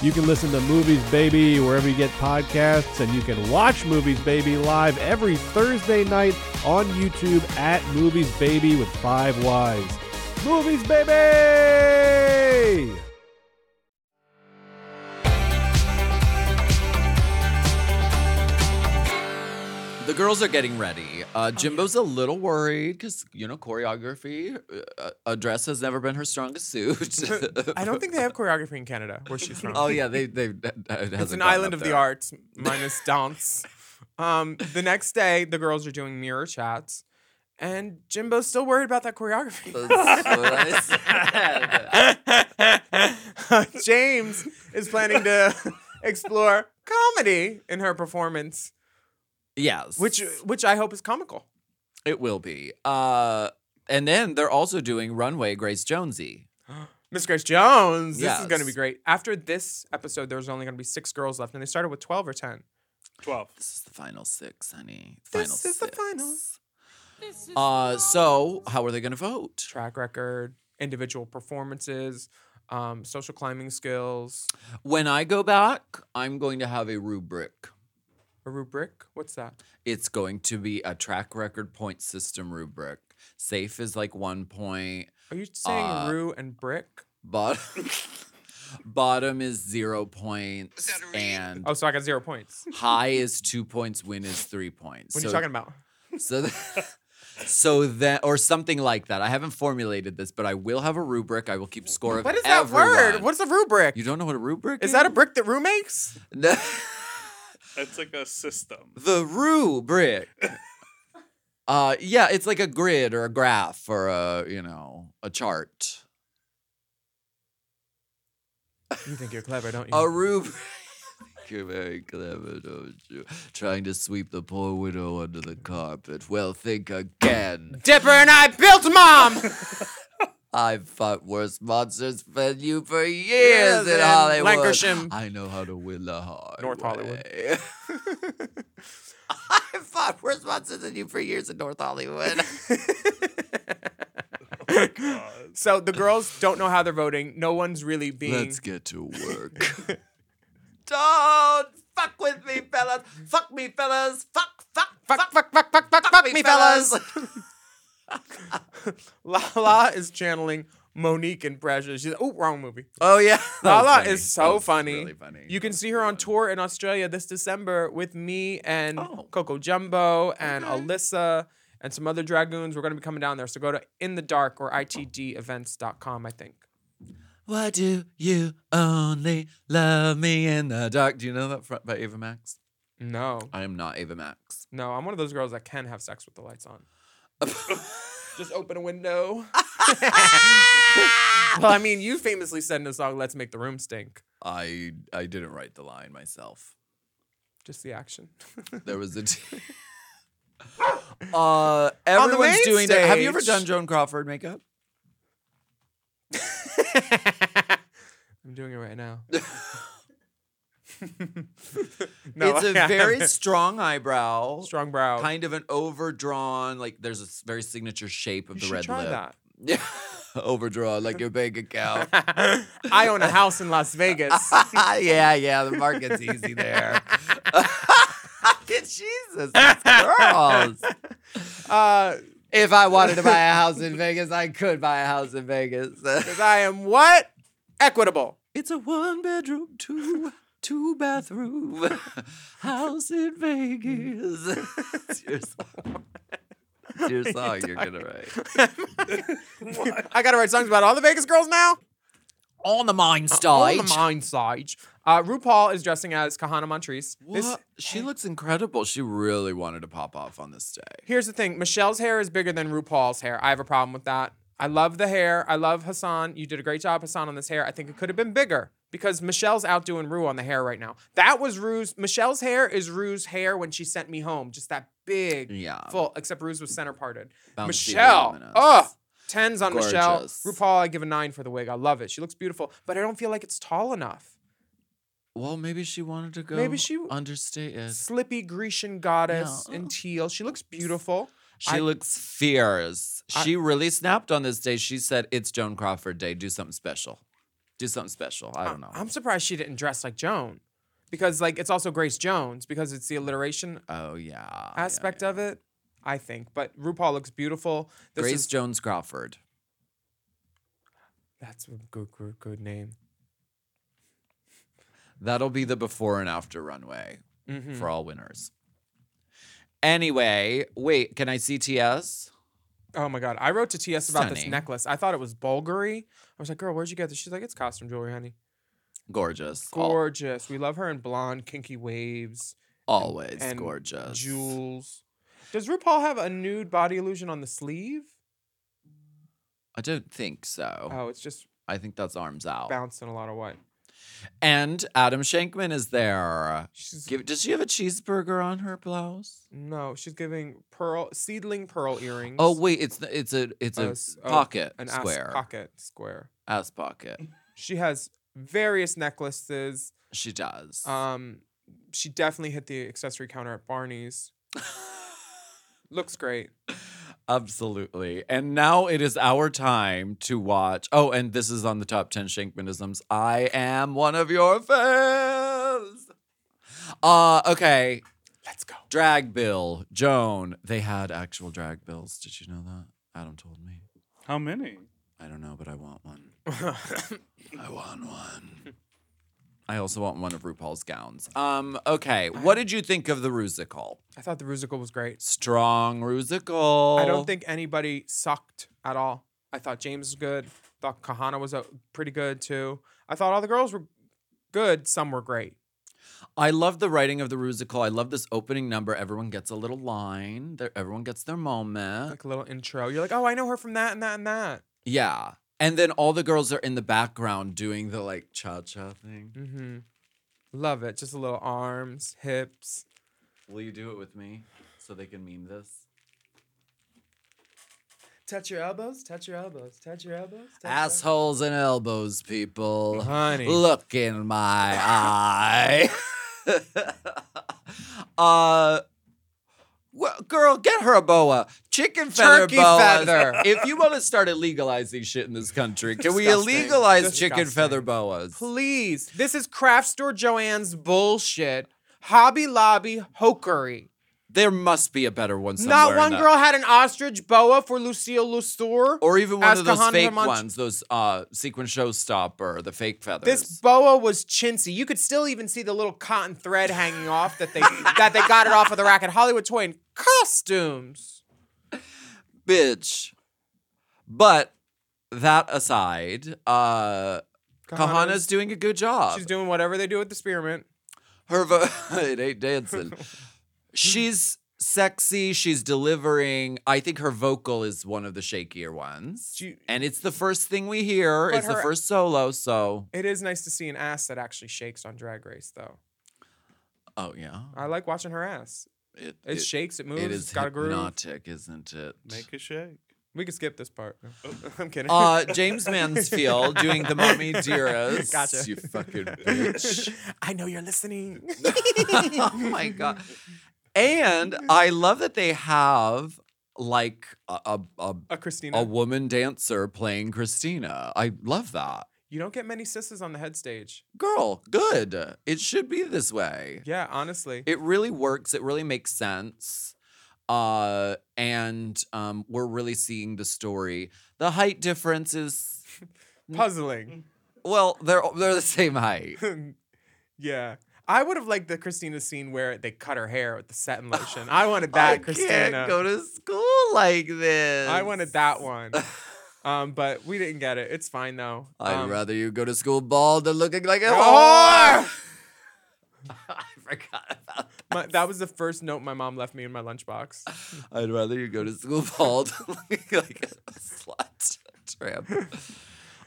S6: You can listen to Movies Baby wherever you get podcasts, and you can watch Movies Baby live every Thursday night on YouTube at Movies Baby with Five Wives. Movies Baby!
S1: The girls are getting ready.
S2: Oh,
S1: Uh, Jimbo's a little worried because, you know, choreography, uh, a dress has never been her strongest suit.
S2: I don't think they have choreography in Canada, where she's from.
S1: oh, yeah, they, they, that- that hasn't
S2: it's an
S1: gotten
S2: island
S1: up
S2: of the
S1: there.
S2: arts minus dance. Um, the next day, the girls are doing mirror chats, and Jimbo's still worried about that choreography.
S1: That's what I said.
S2: James is planning to explore comedy in her performance,
S1: yes.
S2: which which I hope is comical.
S1: It will be. Uh, and then they're also doing runway Grace Jonesy.
S2: Miss Grace Jones, this is going to be
S1: Yes.
S2: great. After this episode, there's only going to be six girls left, and they started with twelve or ten.
S4: 12.
S1: This is the final six, honey.
S2: This
S1: Final
S2: is the
S1: six.
S2: final.
S1: Uh, so how are they going to vote?
S2: Track record, individual performances, um, social climbing skills,
S1: When I go back, I'm going to have a rubric.
S2: a rubric. What's that?
S1: It's going to be a track record point system rubric. Safe is like one point.
S2: Are you saying
S1: Uh,
S2: Rue and Brick?
S1: Bottom, bottom is zero points, and
S2: Oh, so I got zero points.
S1: high is two points. Win is three points.
S2: What
S1: So-
S2: are you talking about?
S1: So, th- so that or something like that. I haven't formulated this, but I will have a rubric. I will keep score of
S2: What is that word?
S1: everyone.
S2: What's a rubric?
S1: You don't know what a rubric is?
S2: Is that a brick that Rue makes?
S1: No.
S4: It's like a system.
S1: the rubric. uh, yeah, it's like a grid or a graph or a you know a chart.
S2: You think you're clever, don't you?
S1: A rubric. You're very clever, don't you? Trying to sweep the poor widow under the carpet. Well, think again.
S2: Dipper and I built mom.
S1: I've fought worse monsters than you for years in
S2: in
S1: Hollywood.
S2: Lancashire.
S1: I know how to win the heart.
S2: North Hollywood.
S1: I've fought worse monsters than you for years in North Hollywood.
S2: so the girls don't know how they're voting. No one's really being.
S1: Let's get to work. Don't fuck with me, fellas. Fuck me, fellas. Fuck, fuck, fuck, fuck, fuck, fuck, fuck, fuck me, fellas.
S2: Lala is channeling Monique and Precious. She's oh, wrong movie.
S1: Oh yeah, That was
S2: Lala
S1: funny.
S2: is
S1: That
S2: so
S1: was
S2: funny.
S1: Really funny.
S2: You can see her on tour in Australia this December with me and
S1: Oh.
S2: Coco Jumbo and Alyssa and some other dragoons. We're going to be coming down there. So go to In the Dark or itdevents.com, I think.
S1: Why do you only love me in the dark? Do you know that fr- by Ava Max?
S2: No,
S1: I am not Ava Max.
S2: no, I'm one of those girls that can have sex with the lights on. Just open a window. well, I mean, you famously said in the song, Let's Make the Room Stink.
S1: I I didn't write the line myself.
S2: Just the action.
S1: There was a. T- uh, everyone's
S2: main
S1: doing that. Have you ever
S2: stage-
S1: done Joan Crawford makeup?
S2: I'm doing it right now. no,
S1: it's
S2: a
S1: a very strong eyebrow,
S2: strong brow.
S1: kind of an overdrawn. Like there's a s- very signature shape of
S2: You
S1: the
S2: should
S1: red
S2: try
S1: lip.
S2: that.
S1: Yeah, overdrawn like your bank account.
S2: I own a house in Las Vegas.
S1: yeah, yeah, the market's easy there. Jesus, these girls.
S2: Uh,
S1: If I wanted to buy a house in Vegas, I could buy a house in Vegas.
S2: 'cause I am what? Equitable.
S1: It's a one bedroom, two two bathroom house in Vegas. it's your song. It's your song you're gonna write.
S2: I gotta write songs about all the Vegas girls now.
S1: On the mine
S2: All
S1: stage.
S2: the mind side. Uh, RuPaul is dressing as Kahana Montrese.
S1: What?
S2: This-
S1: she looks incredible. She really wanted to pop off on this day.
S2: here's the thing Michelle's hair is bigger than RuPaul's hair. I have a problem with that. I love the hair. I love Hassan. You did a great job, Hassan, on this hair. I think it could have been bigger because Michelle's outdoing Rue on the hair right now. That was Rue's. Michelle's hair is Rue's hair when she sent me home. Just that big,
S1: Yeah.
S2: full, except Rue's was center parted.
S1: Bouncy,
S2: Michelle.
S1: voluminous.
S2: Oh, tens on Michelle.
S1: Gorgeous.
S2: RuPaul, I give a nine for the wig. I love it. She looks beautiful, but I don't feel like it's tall enough.
S1: Well, maybe she wanted to go.
S2: Maybe she-
S1: understated.
S2: Slippy Grecian goddess in teal. She looks beautiful.
S1: She looks fierce. she really snapped on this day. She said, "It's Joan Crawford Day. Do something special. Do something special." I don't know.
S2: I'm surprised she didn't dress like Joan because like it's also Grace Jones because it's the alliteration
S1: oh yeah. yeah,
S2: aspect
S1: yeah.
S2: of it, I think. But RuPaul looks beautiful. This
S1: Grace
S2: is,
S1: Jones Crawford.
S2: that's a good, good good name.
S1: That'll be the before and after runway
S2: Mm-hmm.
S1: for all winners. Anyway, wait. Can I see TS?
S2: Oh my god. I wrote to TS about this
S1: Stunning.
S2: necklace. I thought it was Bulgari. I was like, girl, where'd you get this? She's like, it's costume jewelry, honey.
S1: Gorgeous. Al-
S2: Gorgeous. We love her in blonde, kinky waves
S1: always
S2: and
S1: gorgeous.
S2: jewels. Does RuPaul have a nude body illusion on the sleeve?
S1: I don't think so.
S2: Oh, it's just
S1: I think that's arms out.
S2: bouncing a lot of white.
S1: And Adam Shankman is there.
S2: She's
S1: Give, does she have a cheeseburger on her blouse?
S2: No, she's giving pearl seedling pearl earrings.
S1: Oh wait, it's the- it's a it's a
S2: s- oh,
S1: pocket
S2: an ass
S1: square,
S2: pocket square.
S1: ass pocket.
S2: She has various necklaces.
S1: She does.
S2: Um, she definitely hit the accessory counter at Barney's. Looks great.
S1: Absolutely. And now it is our time to watch. Oh, and this is on the top 10 Shankmanisms. I am one of your fans. Uh, okay.
S2: Let's go.
S1: Drag bill, Joan. They had actual drag bills. Did you know that? Adam told me.
S4: How many?
S1: I don't know, but I want one. I want one. I also want one of RuPaul's gowns. Um, okay. What did you think of the Rusical?
S2: I thought the musical was great.
S1: Strong Rusical.
S2: I don't think anybody sucked at all. I thought James was good. Thought Kahana was uh, pretty good too. I thought all the girls were good. Some were great.
S1: I love the writing of the Rusical. I love this opening number. Everyone gets a little line. There, everyone gets their moment.
S2: Like a little intro. You're like, oh, I know her from that and that and that.
S1: Yeah. And then all the girls are in the background doing the like cha cha thing.
S2: Mm-hmm. Love it. Just a little arms, hips.
S1: Will you do it with me so they can meme this?
S2: Touch your elbows, touch your elbows, touch your elbows.
S1: Assholes and elbows, people.
S2: Honey.
S1: Look in my eye. uh well, girl, get her a boa. Chicken feather
S2: Turkey
S1: boas.
S2: feather.
S1: If you want to start illegalizing shit in this country, can we
S2: Disgusting.
S1: illegalize chicken
S2: Disgusting.
S1: feather boas?
S2: Please. This is craft store Joanne's bullshit. Hobby Lobby hokery.
S1: There must be a better one somewhere.
S2: Not one
S1: in the-
S2: girl had an ostrich boa for Lucille Lustre.
S1: or even one
S2: as
S1: of those
S2: Kahana
S1: fake
S2: Ramon-
S1: ones, those uh sequin showstopper, the fake feathers.
S2: This boa was chintzy. You could still even see the little cotton thread hanging off that they that they got it off of the rack at Hollywood Toy and costumes.
S1: bitch. But that aside, uh Kahana's doing a good job.
S2: She's doing whatever they do with the spearmint.
S1: Her vo- it ain't dancing. she's sexy, she's delivering. I think her vocal is one of the shakier ones.
S2: She-
S1: and it's the first thing we hear.
S2: But
S1: It's the
S2: her-
S1: first solo, so
S2: It is nice to see an ass that actually shakes on Drag Race, though.
S1: oh yeah.
S2: I like watching her ass.
S1: It,
S2: It, shakes, it moves,
S1: it
S2: it
S1: is
S2: has got a groove.
S1: hypnotic, isn't it?
S4: Make a shake.
S2: We could skip this part. Oh, I'm kidding.
S1: uh, James Mansfield doing the mommy dearest.
S2: Gotcha.
S1: You fucking bitch.
S2: I know you're listening.
S1: oh my god. And I love that they have like a a, a,
S2: Uh, Christina,
S1: a woman dancer playing Christina. I love that.
S2: you don't get many sisses on the head stage.
S1: Girl, good. It should be this way.
S2: Yeah, honestly.
S1: It really works. It really makes sense. Uh, and um, we're really seeing the story. The height difference is
S2: Mm. Puzzling.
S1: well, they're they're the same height.
S2: Yeah. I would have liked the Christina scene where they cut her hair with the satin lotion. I wanted that,
S1: I can't
S2: Christina.
S1: go to school like this.
S2: I wanted that one. Um, but we didn't get it. It's fine though.
S1: I'd
S2: Um,
S1: rather you go to school bald than looking like a whore.
S2: Oh!
S1: I forgot about that.
S2: My- that was the first note my mom left me in my lunchbox.
S1: I'd rather you go to school bald than looking like a slut. Tramp.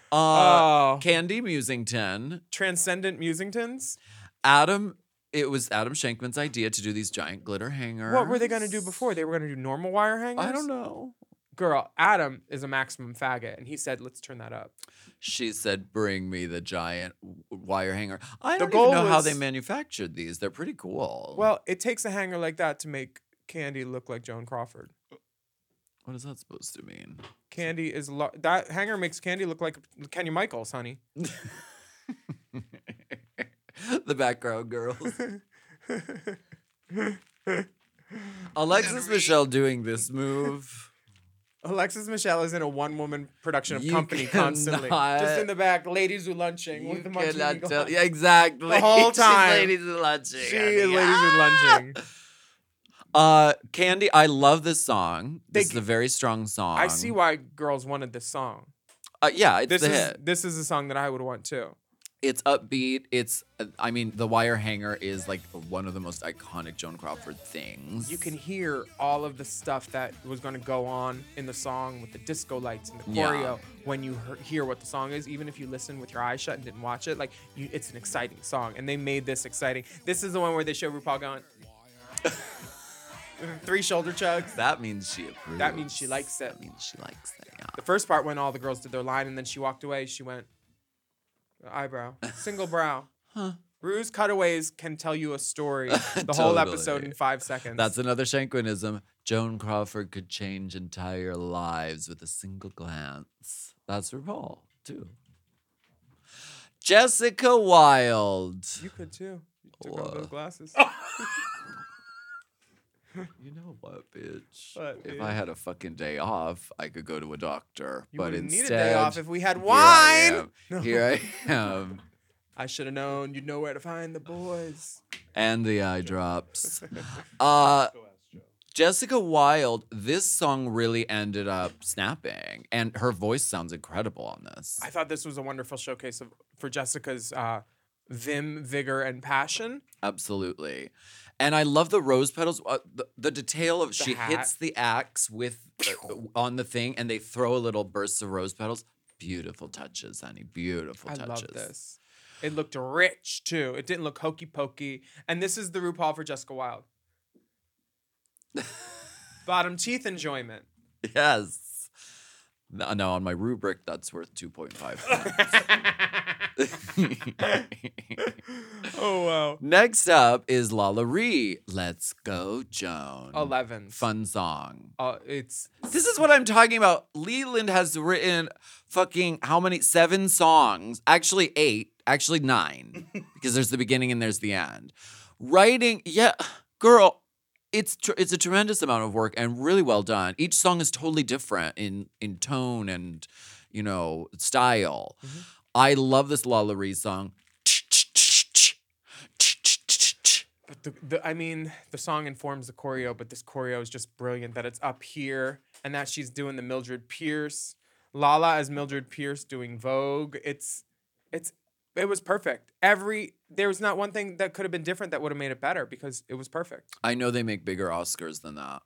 S1: Uh,
S2: oh,
S1: Candy Musington,
S2: transcendent Musingtons.
S1: Adam. It was Adam Shankman's idea to do these giant glitter hangers.
S2: What were they gonna do before? They were gonna do normal wire hangers.
S1: I don't know.
S2: Girl, Adam is a maximum faggot, and he said, "Let's turn that up."
S1: She said, "Bring me the giant w- wire hanger." I
S2: The
S1: don't even
S2: goal
S1: know how
S2: was-
S1: they manufactured these. They're pretty cool.
S2: Well, it takes a hanger like that to make Candy look like Joan Crawford.
S1: what is that supposed to mean?
S2: Candy is lo- that hanger makes Candy look like Kenny Michaels, honey.
S1: the background girls. Alexis Michelle doing this move.
S2: Alexis Michelle is in a one-woman production of
S1: You
S2: Company constantly, just
S1: cannot-
S2: in the back, ladies who lunching
S1: You
S2: with the martini
S1: cannot
S2: glass.
S1: tell- Yeah, exactly.
S2: The whole
S1: She's
S2: time.
S1: ladies and lunching.
S2: She
S1: honey.
S2: is ladies who lunching.
S1: Uh, Candy, I love this song.
S2: They
S1: This is
S2: g-
S1: a very strong song.
S2: I see why girls wanted this song.
S1: Uh, yeah, it's
S2: This
S1: the
S2: is
S1: hit.
S2: this is a song that I would want too.
S1: It's upbeat. It's, uh, I mean, the wire hanger is like one of the most iconic Joan Crawford things.
S2: You can hear all of the stuff that was going to go on in the song with the disco lights and the
S1: Yeah.
S2: choreo when you hear, hear what the song is, even if you listen with your eyes shut and didn't watch it. Like, you, it's an exciting song, and they made this exciting. This is the one where they show RuPaul going three shoulder chugs.
S1: That means she approves.
S2: That means she likes it.
S1: That means she likes it. Yeah.
S2: The first part when all the girls did their line and then she walked away, she went eyebrow, single brow. Ruse cutaways can tell you a story. The whole episode in
S1: Totally.
S2: five seconds.
S1: That's another Shankwinism. Joan Crawford could change entire lives with a single glance. That's RuPaul, too. Jessica Wilde.
S2: You could too. You took off those glasses.
S1: You know what, bitch?
S2: What,
S1: if I
S2: bitch?
S1: had a fucking day off, I could go to a doctor.
S2: You
S1: but
S2: wouldn't
S1: instead,
S2: need a day off if we had
S1: here I
S2: wine.
S1: am. Here I am.
S2: I should have known. You'd know where to find the boys.
S1: and the eye drops. Uh, Jessica Wilde, this song really ended up snapping, and her voice sounds incredible on this.
S2: I thought this was a wonderful showcase of for Jessica's uh, vim, vigor, and passion.
S1: Absolutely. And I love the rose petals. Uh, the, the detail of she
S2: hat.
S1: hits the axe with on the thing, and they throw a little burst of rose petals. Beautiful touches, honey. Beautiful
S2: I
S1: touches.
S2: love this. It looked rich too. It didn't look hokey pokey. And this is the RuPaul for Jessica Wilde. Bottom teeth enjoyment.
S1: Yes. No, no, on my rubric, that's worth two point five.
S2: Oh wow.
S1: Next up is Lala Ree. Let's go, Joan.
S2: Eleven.
S1: Fun song.
S2: Uh, it's
S1: This is what I'm talking about. Leland has written fucking how many? Seven songs. Actually, eight. Actually, nine. because there's the beginning and there's the end. Writing, yeah, girl, it's tr- it's a tremendous amount of work and really well done. Each song is totally different in in tone and you know style. I love this Lala Ree song.
S2: But the, the, I mean, the song informs the choreo, but this choreo is just brilliant that it's up here and that she's doing the Mildred Pierce. Lala as Mildred Pierce doing Vogue. It's, it's, it was perfect. Every, there was not one thing that could have been different that would have made it better because it was perfect.
S1: I know they make bigger Oscars than that.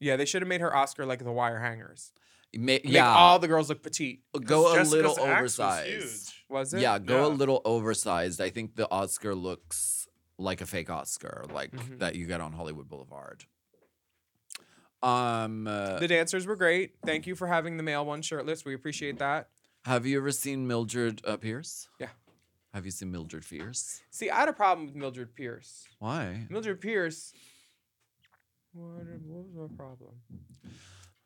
S2: Yeah, they should have made her Oscar like the wire hangers.
S1: Ma-
S2: Make
S1: yeah,
S2: all the girls look petite.
S1: go a
S4: Jessica's
S1: little
S4: axe was
S1: oversized.
S4: huge.
S2: Was it?
S1: Yeah, go a
S4: Yeah.
S1: little oversized. I think the Oscar looks like a fake Oscar, like
S2: Mhm.
S1: that you get on Hollywood Boulevard. Um, uh,
S2: The dancers were great. Thank you for having the male one shirtless. We appreciate that.
S1: have you ever seen Mildred uh, Pierce?
S2: Yeah.
S1: Have you seen Mildred Pierce?
S2: See, I had a problem with Mildred Pierce.
S1: Why?
S2: Mildred Pierce. What what was my problem?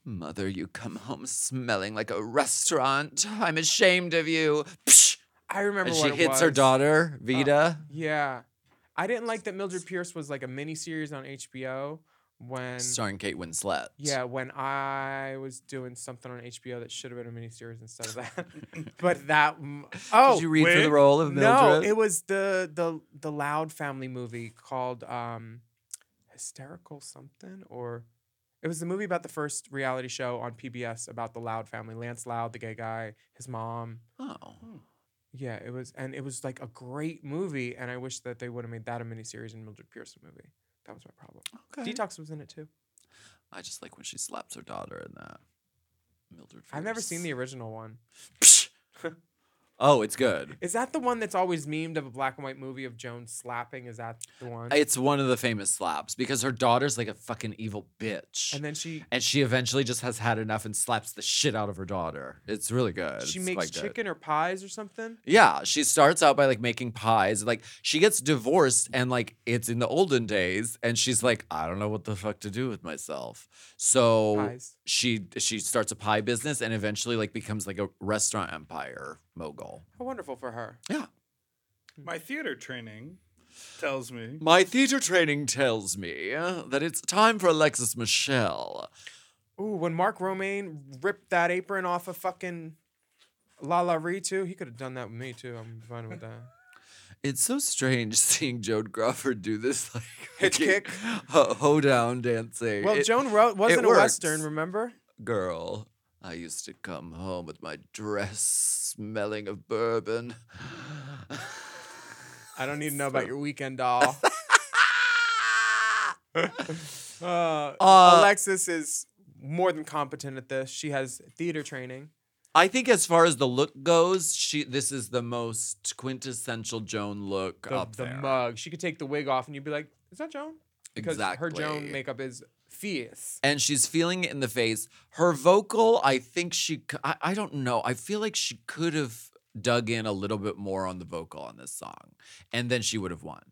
S1: Mother, you come home smelling like a restaurant. I'm ashamed of you. Psh!
S2: I remember
S1: And
S2: what
S1: she
S2: it
S1: hits her
S2: was. Uh,
S1: daughter, Vita.
S2: Yeah, I didn't like that Mildred Pierce was like a mini series on HBO when.
S1: starring Kate Winslet.
S2: Yeah, when I was doing something on HBO that should have been a miniseries instead of that, but that m- oh
S1: Did you read for
S4: wait.
S1: the role of
S2: no,
S1: Mildred?
S2: it was the the the Loud family movie called um, Hysterical something or It was the movie about the first reality show on PBS about the Loud family, Lance Loud, the gay guy, his mom.
S1: Oh.
S2: Yeah, it was, and it was like a great movie. And I wish that they would have made that a miniseries and Mildred Pierce a movie. That was my problem.
S1: Okay.
S2: Detox was in it too.
S1: I just like when she slaps her daughter in that. Mildred.
S2: I've never
S1: Pierce.
S2: seen the original one.
S1: Psh! oh, it's good.
S2: Is that the one that's always memed of a black and white movie of Joan slapping? Is that the one?
S1: It's one of the famous slaps because her daughter's like a fucking evil bitch.
S2: and then she
S1: and she eventually just has had enough and slaps the shit out of her daughter. It's really good.
S2: she
S1: It's
S2: makes
S1: quite good.
S2: chicken or pies or something.
S1: Yeah, she starts out by like making pies. Like she gets divorced and like it's in the olden days and she's like I don't know what the fuck to do with myself. So
S2: Pies.
S1: she she starts a pie business and eventually like becomes like a restaurant empire mogul.
S2: How wonderful for her.
S1: Yeah.
S4: My theater training tells me
S1: My theater training tells me uh, that it's time for Alexis Michelle.
S2: Ooh, when Mark Romaine ripped that apron off of fucking La La Ree too, he could have done that with me too. I'm fine with that.
S1: It's so strange seeing Joan Crawford do this like
S2: Hitch
S1: fucking
S2: kick.
S1: ho- hoedown dancing.
S2: Well,
S1: It-
S2: Joan wrote wasn't a
S1: works.
S2: western, remember?
S1: girl. I used to come home with my dress smelling of bourbon.
S2: I don't need to know about your weekend doll. uh, Alexis is more than competent at this. She has theater training.
S1: I think as far as the look goes, she this is the most quintessential Joan look
S2: The,
S1: up
S2: the
S1: there.
S2: mug. She could take the wig off and you'd be like, "Is that Joan?" Because her
S1: Exactly.
S2: Joan makeup is fierce.
S1: and she's feeling it in the face. Her vocal, I think she, c- I, I don't know. I feel like she could have dug in a little bit more on the vocal on this song, and then she would have won.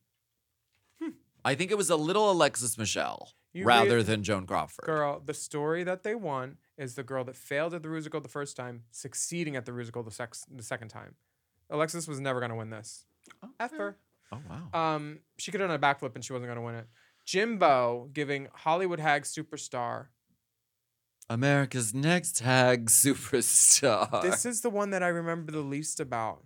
S1: I think it was a little Alexis Michelle
S2: Hmm. You
S1: rather
S2: rea-
S1: than Joan Crawford.
S2: Girl, the story that they won is the girl that failed at the Rusical the first time, succeeding at the Rusical the, sex- the second time. Alexis was never going to win this. Ever.
S1: Oh wow.
S2: Um, she could have done a backflip and she wasn't going to win it. Jimbo giving Hollywood hag superstar.
S1: America's Next Hag Superstar.
S2: This is the one that I remember the least about.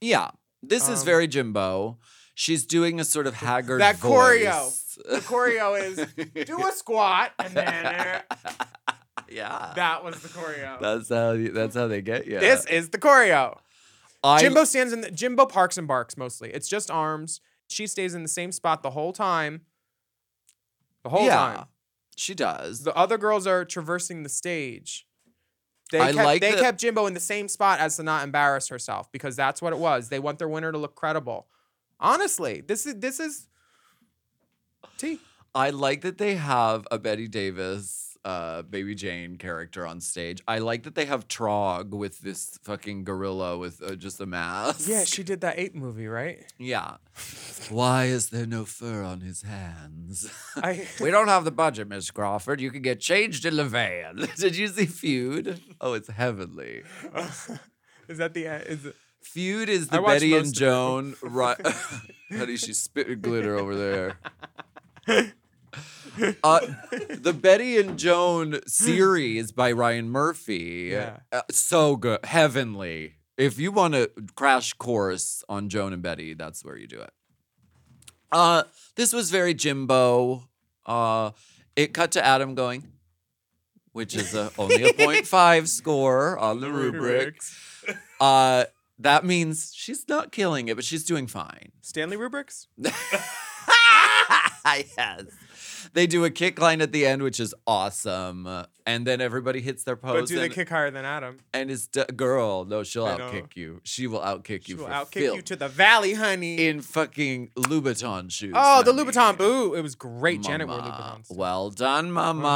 S1: yeah, this is
S2: Um,
S1: very Jimbo. She's doing a sort of haggard
S2: that choreo.
S1: voice.
S2: The choreo is do a squat and then uh,
S1: yeah.
S2: that was the choreo.
S1: that's how you, that's how they get you.
S2: This is the choreo.
S1: I,
S2: Jimbo stands in the Jimbo parks and barks mostly. It's just arms. She stays in the same spot the whole time. The whole
S1: yeah,
S2: time.
S1: She does.
S2: The other girls are traversing the stage. They,
S1: I
S2: kept,
S1: like
S2: they
S1: that-
S2: kept Jimbo in the same spot as to not embarrass herself because that's what it was. They want their winner to look credible. Honestly, this is this is T.
S1: I like that they have a Betty Davis, uh, Baby Jane character on stage. I like that they have Trog with this fucking gorilla with uh, just a mask.
S2: Yeah, she did that ape movie, right?
S1: Yeah. Why is there no fur on his hands?
S2: I
S1: we don't have the budget, Miss Crawford. You can get changed in the van. Did you see Feud? Oh, it's heavenly.
S2: is that the is it-
S1: Feud is
S2: I
S1: the
S2: watched
S1: Betty and
S2: most of it.
S1: Joan. Right, honey, she's spitting glitter over there. Uh, the Betty and Joan series by Ryan Murphy.
S2: Yeah.
S1: uh, so good, heavenly. If you want to crash course on Joan and Betty, that's where you do it. Uh, this was very Jimbo. Uh, it cut to Adam going, which is a, only a 0.5 score on the rubric. Uh, that means she's not killing it, but she's doing fine.
S2: Stanley Rubric's?
S1: yes. They do a kick line at the end, which is awesome. Uh, And then everybody hits their pose.
S2: But do they
S1: and,
S2: kick higher than Adam?
S1: and it's d- girl. No, she'll
S2: I know.
S1: outkick you. She will outkick
S2: She
S1: you
S2: will
S1: for
S2: outkick
S1: filth
S2: you to the valley, honey.
S1: in fucking Louboutin shoes.
S2: oh, the
S1: honey.
S2: Louboutin boo! It was great. Janet wore
S1: Mama.
S2: Louboutins.
S1: Uh, Well done,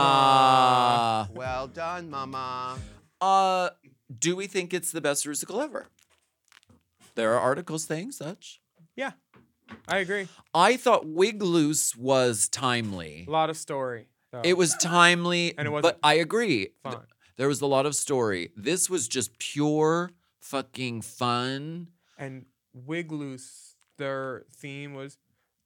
S1: mama.
S2: Uh-huh.
S5: Well done, Mama.
S1: Uh, do we think it's the best musical ever? There are articles saying such.
S2: Yeah, I agree.
S1: I thought Wig Loose was
S2: A
S1: timely.
S2: lot of story. though.
S1: It was timely,
S2: And it
S1: but
S2: wasn't
S1: I agree. th-
S2: fun.
S1: There was a lot of story. This was just pure fucking fun.
S2: and Wig Loose. Their theme was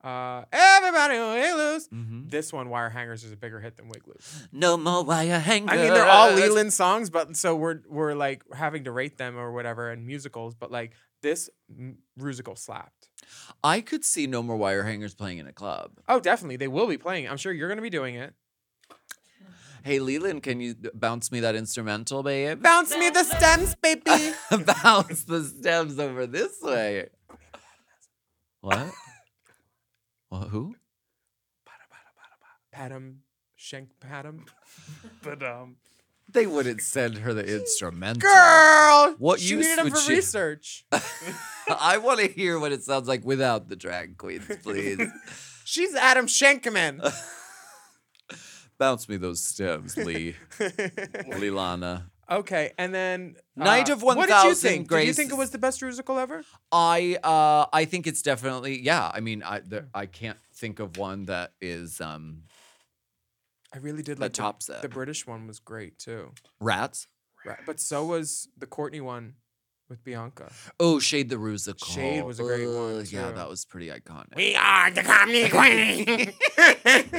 S2: uh, everybody Wig Loose. This one, Wire Hangers, is a bigger hit than Wig Loose.
S1: No more wire hangers.
S2: I mean, they're all Leland songs, but so we're we're like having to rate them or whatever and musicals, but like this m- musical slapped.
S1: I could see No More Wire Hangers playing in a club.
S2: Oh, definitely, they will be playing. it. I'm sure you're going to be doing it.
S1: Hey, Leland, can you bounce me that instrumental, babe?
S2: Bounce me the stems, baby.
S1: bounce the stems over this way. What? what? Who?
S2: pat him, shank pat him.
S4: But um,
S1: They wouldn't send her the instrumental.
S2: Girl,
S1: What
S2: she
S1: use
S2: needed him
S1: would
S2: for
S1: she-
S2: research.
S1: I want to hear what it sounds like without the drag queens, please.
S2: She's Adam Shankman.
S1: Bounce me those stems, Lee. Lilana.
S2: okay, and then uh,
S1: Night of
S2: What did you
S1: 1000
S2: think? Did you think it
S1: Graces.
S2: was the best musical ever?
S1: I uh I think it's definitely yeah. I mean I there, I can't think of one that is um
S2: I really did
S1: That
S2: like the-
S1: tops
S2: the,
S1: it.
S2: British one was great too,
S1: rats.
S2: right. but so was the Courtney one with Bianca.
S1: Oh, Shade the Rusical.
S2: Shade was a great one,
S1: Ugh, Yeah,
S2: too.
S1: that was pretty iconic.
S2: are the comedy queen.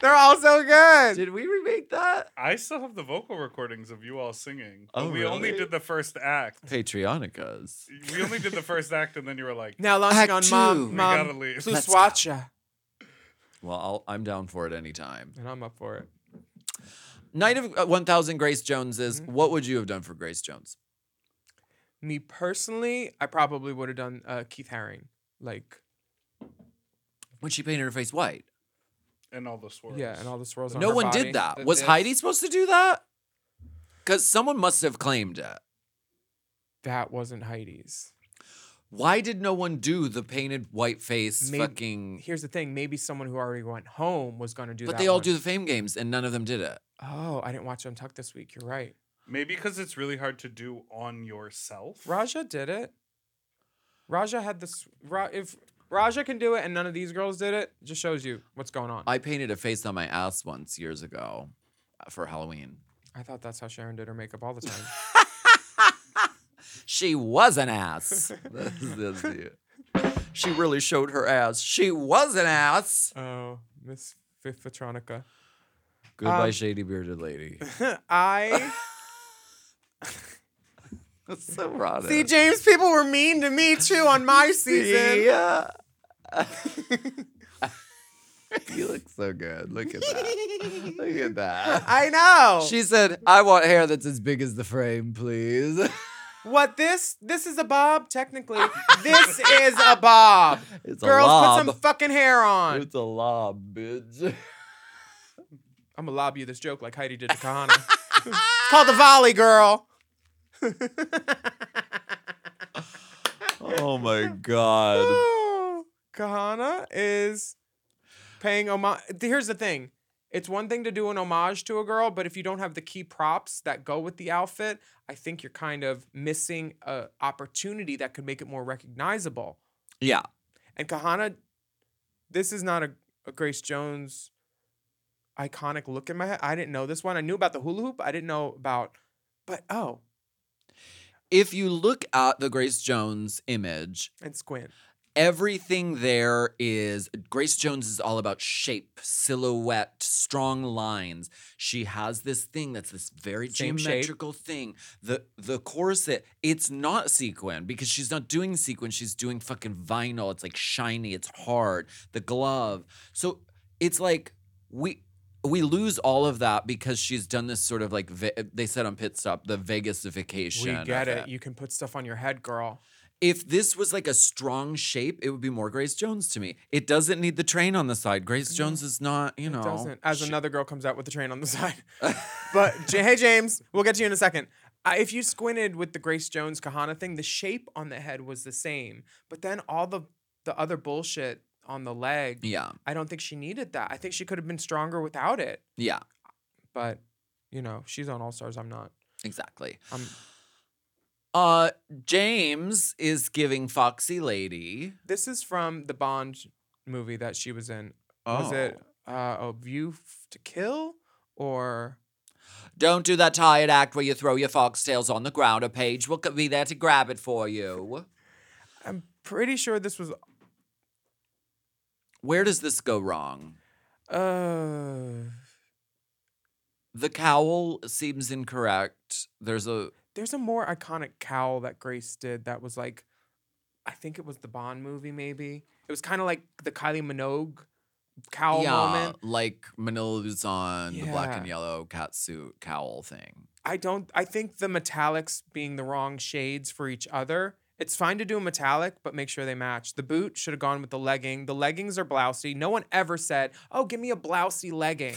S2: They're all so good.
S1: Did we remake that?
S4: I still have the vocal recordings of you all singing.
S1: Oh,
S4: we only
S1: really?
S4: did the first act.
S1: Patreonicas.
S4: We only did the first act, and then you were like,
S2: now launching
S1: Act
S2: on
S1: two.
S2: mom,
S1: We
S2: mom,
S4: gotta leave.
S2: Blue
S1: Let's go.
S2: Swatcha.
S1: Well, I'll, I'm down for it anytime.
S2: And I'm up for it.
S1: Night of uh, 1000 Grace Joneses.
S2: Mm-hmm.
S1: What would you have done for Grace Jones?
S2: Me personally, I probably would have done uh, Keith Haring. Like,
S1: When she painted her face white.
S4: and all the swirls.
S2: yeah, and all the swirls on
S1: No
S2: her
S1: one
S2: body.
S1: did that.
S2: The
S1: was
S2: disc.
S1: Heidi supposed to do that? Because someone must have claimed it.
S2: That wasn't Heidi's.
S1: Why did no one do the painted white face
S2: Maybe-
S1: fucking?
S2: Here's the thing maybe someone who already went home was going to do that.
S1: But they all
S2: one.
S1: do the fame games, and none of them did it.
S2: Oh, I didn't watch Untucked this week. You're right.
S4: Maybe because it's really hard to do on yourself.
S2: Raja did it. Raja had this. Ra- if Raja can do it and none of these girls did it, just shows you what's going on. I,
S1: I painted a face on my ass once years ago uh, for Halloween.
S2: thought that's how Sharon did her makeup all the time.
S1: She was an ass. That's- that's it. She really showed her ass. She was an ass.
S2: oh, Miss Fifatronica.
S1: Goodbye,
S2: Um,
S1: shady bearded lady.
S2: I.
S1: That's so rotten.
S2: See, James, people were mean to me too on my season.
S1: Yeah. you look so good. Look at that. Look at that.
S2: I know.
S1: She said, I want hair that's as big as the frame, please.
S2: what this? This is a bob, technically. this is a bob.
S1: It's
S2: Girls,
S1: a lob.
S2: put some fucking hair on.
S1: it's a lob, bitch.
S2: I'm gonna lob you this joke like Heidi did to Kahana. it's called the volley, girl.
S1: Oh my god.
S2: Oh, Kahana is paying homage. Here's the thing. It's one thing to do an homage to a girl, but if you don't have the key props that go with the outfit, I think you're kind of missing a opportunity that could make it more recognizable.
S1: Yeah.
S2: And Kahana, this is not a, a Grace Jones iconic look in my head. I didn't know this one. I knew about the hula hoop. I didn't know about, but oh,
S1: If you look at the Grace Jones image,
S2: and squint.
S1: everything there is Grace Jones is all about shape, silhouette, strong lines. She has this thing that's this very
S2: Same shape.
S1: geometrical thing. The the corset, it's not sequin because she's not doing sequin, she's doing fucking vinyl. It's like shiny, it's hard. The glove. So it's like we we lose all of that because she's done this sort of like ve- they said on pit stop the Vegasification.
S2: We get
S1: of
S2: it. You can put stuff on your head, girl.
S1: if this was like a strong shape, it would be more Grace Jones to me. It doesn't need the train on the side. Grace Jones is not, you know.
S2: Mm. It doesn't. As
S1: she-
S2: another girl comes out with the train on the side. but J- hey, James, we'll get to you in a second. Uh, if you squinted with the Grace Jones Kahana thing, the shape on the head was the same, but then all the the other bullshit on the leg.
S1: Yeah,
S2: I don't think she needed that. I think she could have been stronger without it.
S1: yeah,
S2: But you know, she's on All Stars. I'm not.
S1: exactly.
S2: I'm
S1: Uh, James is giving Foxy Lady.
S2: This is from the Bond movie that she was in. Was it
S1: Oh.
S2: uh, a View F- to Kill or?
S1: Don't do that tired act where you throw your foxtails on the ground. A page will be there to grab it for you.
S2: I'm pretty sure this was.
S1: Where does this go wrong?
S2: Uh,
S1: The cowl seems incorrect. There's a
S2: there's a more iconic cowl that Grace did that was like, I think it was the Bond movie maybe. It was kind of like the Kylie Minogue cowl
S1: yeah,
S2: moment.
S1: like Manila Luzon, the black and
S2: Yeah.
S1: yellow cat suit cowl thing.
S2: I don't. I think the metallics being the wrong shades for each other. It's fine to do a metallic, but make sure they match. The boot should have gone with the legging. The leggings are blousy. No one ever said, "Oh, give me a blousy legging."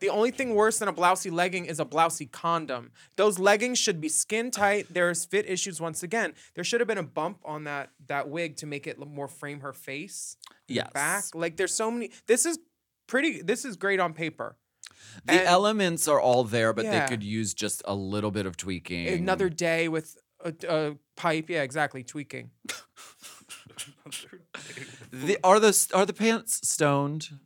S2: the only thing worse than a blousy legging is a blousy condom. Those leggings should be skin tight. There's fit issues once again. There should have been a bump on that that wig to make it l- more frame her face and
S1: Yes.
S2: back. Like there's so many. This is pretty. This is great on paper.
S1: The
S2: And-
S1: elements are all there, but
S2: Yeah.
S1: they could use just a little bit of tweaking.
S2: another day with a, a pipe. Yeah, exactly. Tweaking.
S1: The, are the are the pants stoned?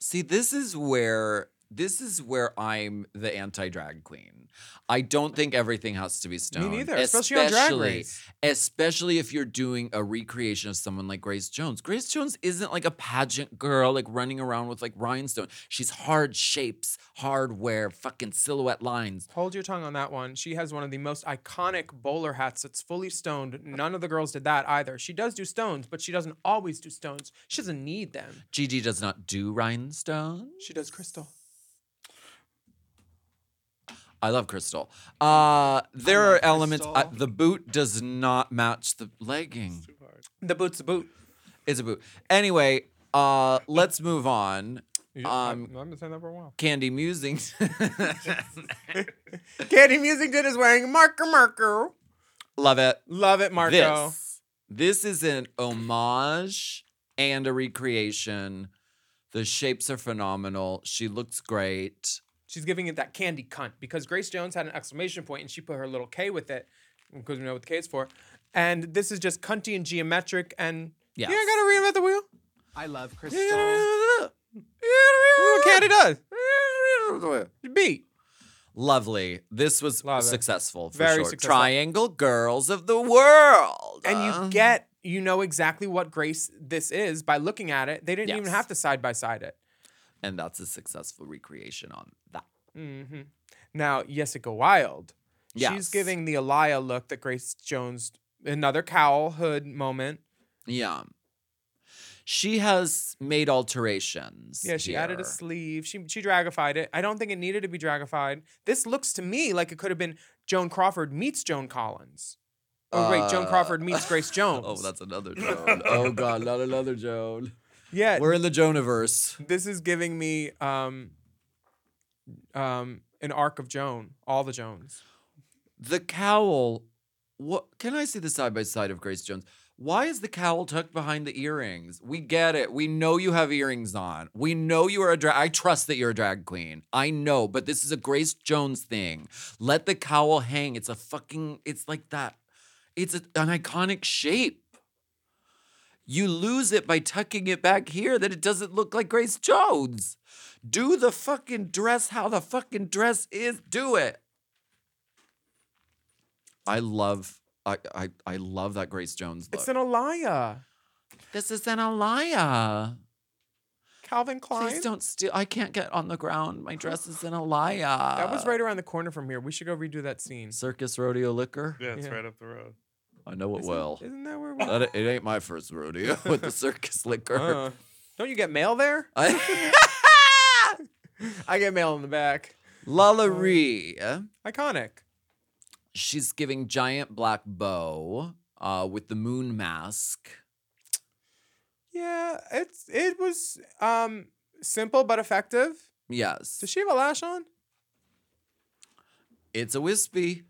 S1: See, this is where this is where I'm the anti drag queen. I don't think everything has to be stoned.
S2: neither, especially on Drag Race.
S1: Especially if you're doing a recreation of someone like Grace Jones. Grace Jones isn't like a pageant girl, like running around with like rhinestone. She's hard shapes, hard wear, fucking silhouette lines.
S2: Hold your tongue on that one. She has one of the most iconic bowler hats that's fully stoned. None of the girls did that either. She does do stones, but she doesn't always do stones. She doesn't need them.
S1: Gigi does not do rhinestone.
S2: She does crystal.
S1: I love crystal. Uh, there are elements. Uh, the boot does not match the legging.
S2: The boot's a boot.
S1: It's a boot. Anyway, uh, let's move on. Um,
S2: I've been saying that for a while.
S1: Candy Musings.
S2: Candy Musington is wearing Marker Marker.
S1: love it.
S2: Love it, Marco.
S1: This. This is an homage and a recreation. The shapes are phenomenal. She looks great.
S2: She's giving it that candy cunt because Grace Jones had an exclamation point and she put her little K with it because we know what the K is for. And this is just cunty and geometric and
S1: Yes.
S2: you ain't gotta reinvent the wheel.
S5: I love
S2: You
S5: Crystal.
S2: know what candy does. Beat.
S1: Lovely. This was
S2: Love it.
S1: successful for
S2: Very
S1: sure.
S2: successful.
S1: Triangle girls of the world.
S5: Uh.
S1: uh,
S2: And you get you know exactly what Grace this is by looking at it. They didn't even
S1: Yes.
S2: have to side by side it.
S1: and that's a successful recreation on that.
S2: Now, Jessica Wild.
S1: Yes.
S2: She's giving the Elia look that Grace Jones another cowl hood moment.
S1: Yeah. She has made alterations.
S2: Yeah, she added
S1: here.
S2: a sleeve. She she dragified it. I don't think it needed to be dragified. This looks to me like it could have been Joan Crawford meets Joan Collins. Oh wait, Joan
S1: Uh,
S2: Crawford meets Grace Jones.
S1: Oh, that's another Joan. oh God, not another Joan.
S2: yeah.
S1: We're in the Joaniverse.
S2: this is giving me um um an arc of Joan, all the Jones.
S1: The cowl. What can I see the side by side of Grace Jones? Why is the cowl tucked behind the earrings? We get it. We know you have earrings on. We know you are a drag. I trust that you're a drag queen. I know, but this is a Grace Jones thing. Let the cowl hang. It's a fucking. It's like that. It's a- an iconic shape. You lose it by tucking it back here that it doesn't look like Grace Jones. Do the fucking dress how the fucking dress is. Do it. I love I I, I love that Grace Jones look.
S2: It's an Elia.
S1: this is an Alaya.
S2: Calvin Klein.
S1: Please don't steal. I can't get on the ground. My dress is an Alaya.
S2: that was right around the corner from here. We should go redo that scene.
S1: Circus rodeo liquor.
S4: Yeah, it's
S2: Yeah.
S4: right up the road.
S1: I know it well.
S2: Isn't that where we
S1: That, it ain't my first rodeo with the circus liquor.
S2: uh, Don't you get mail there?
S1: I,
S2: I get mail in the back.
S1: Lala Ree.
S2: Iconic.
S1: She's giving giant black bow uh, with the moon mask.
S2: Yeah, it's it was um simple but effective.
S1: Yes.
S2: Does she have a lash on?
S1: It's a wispy.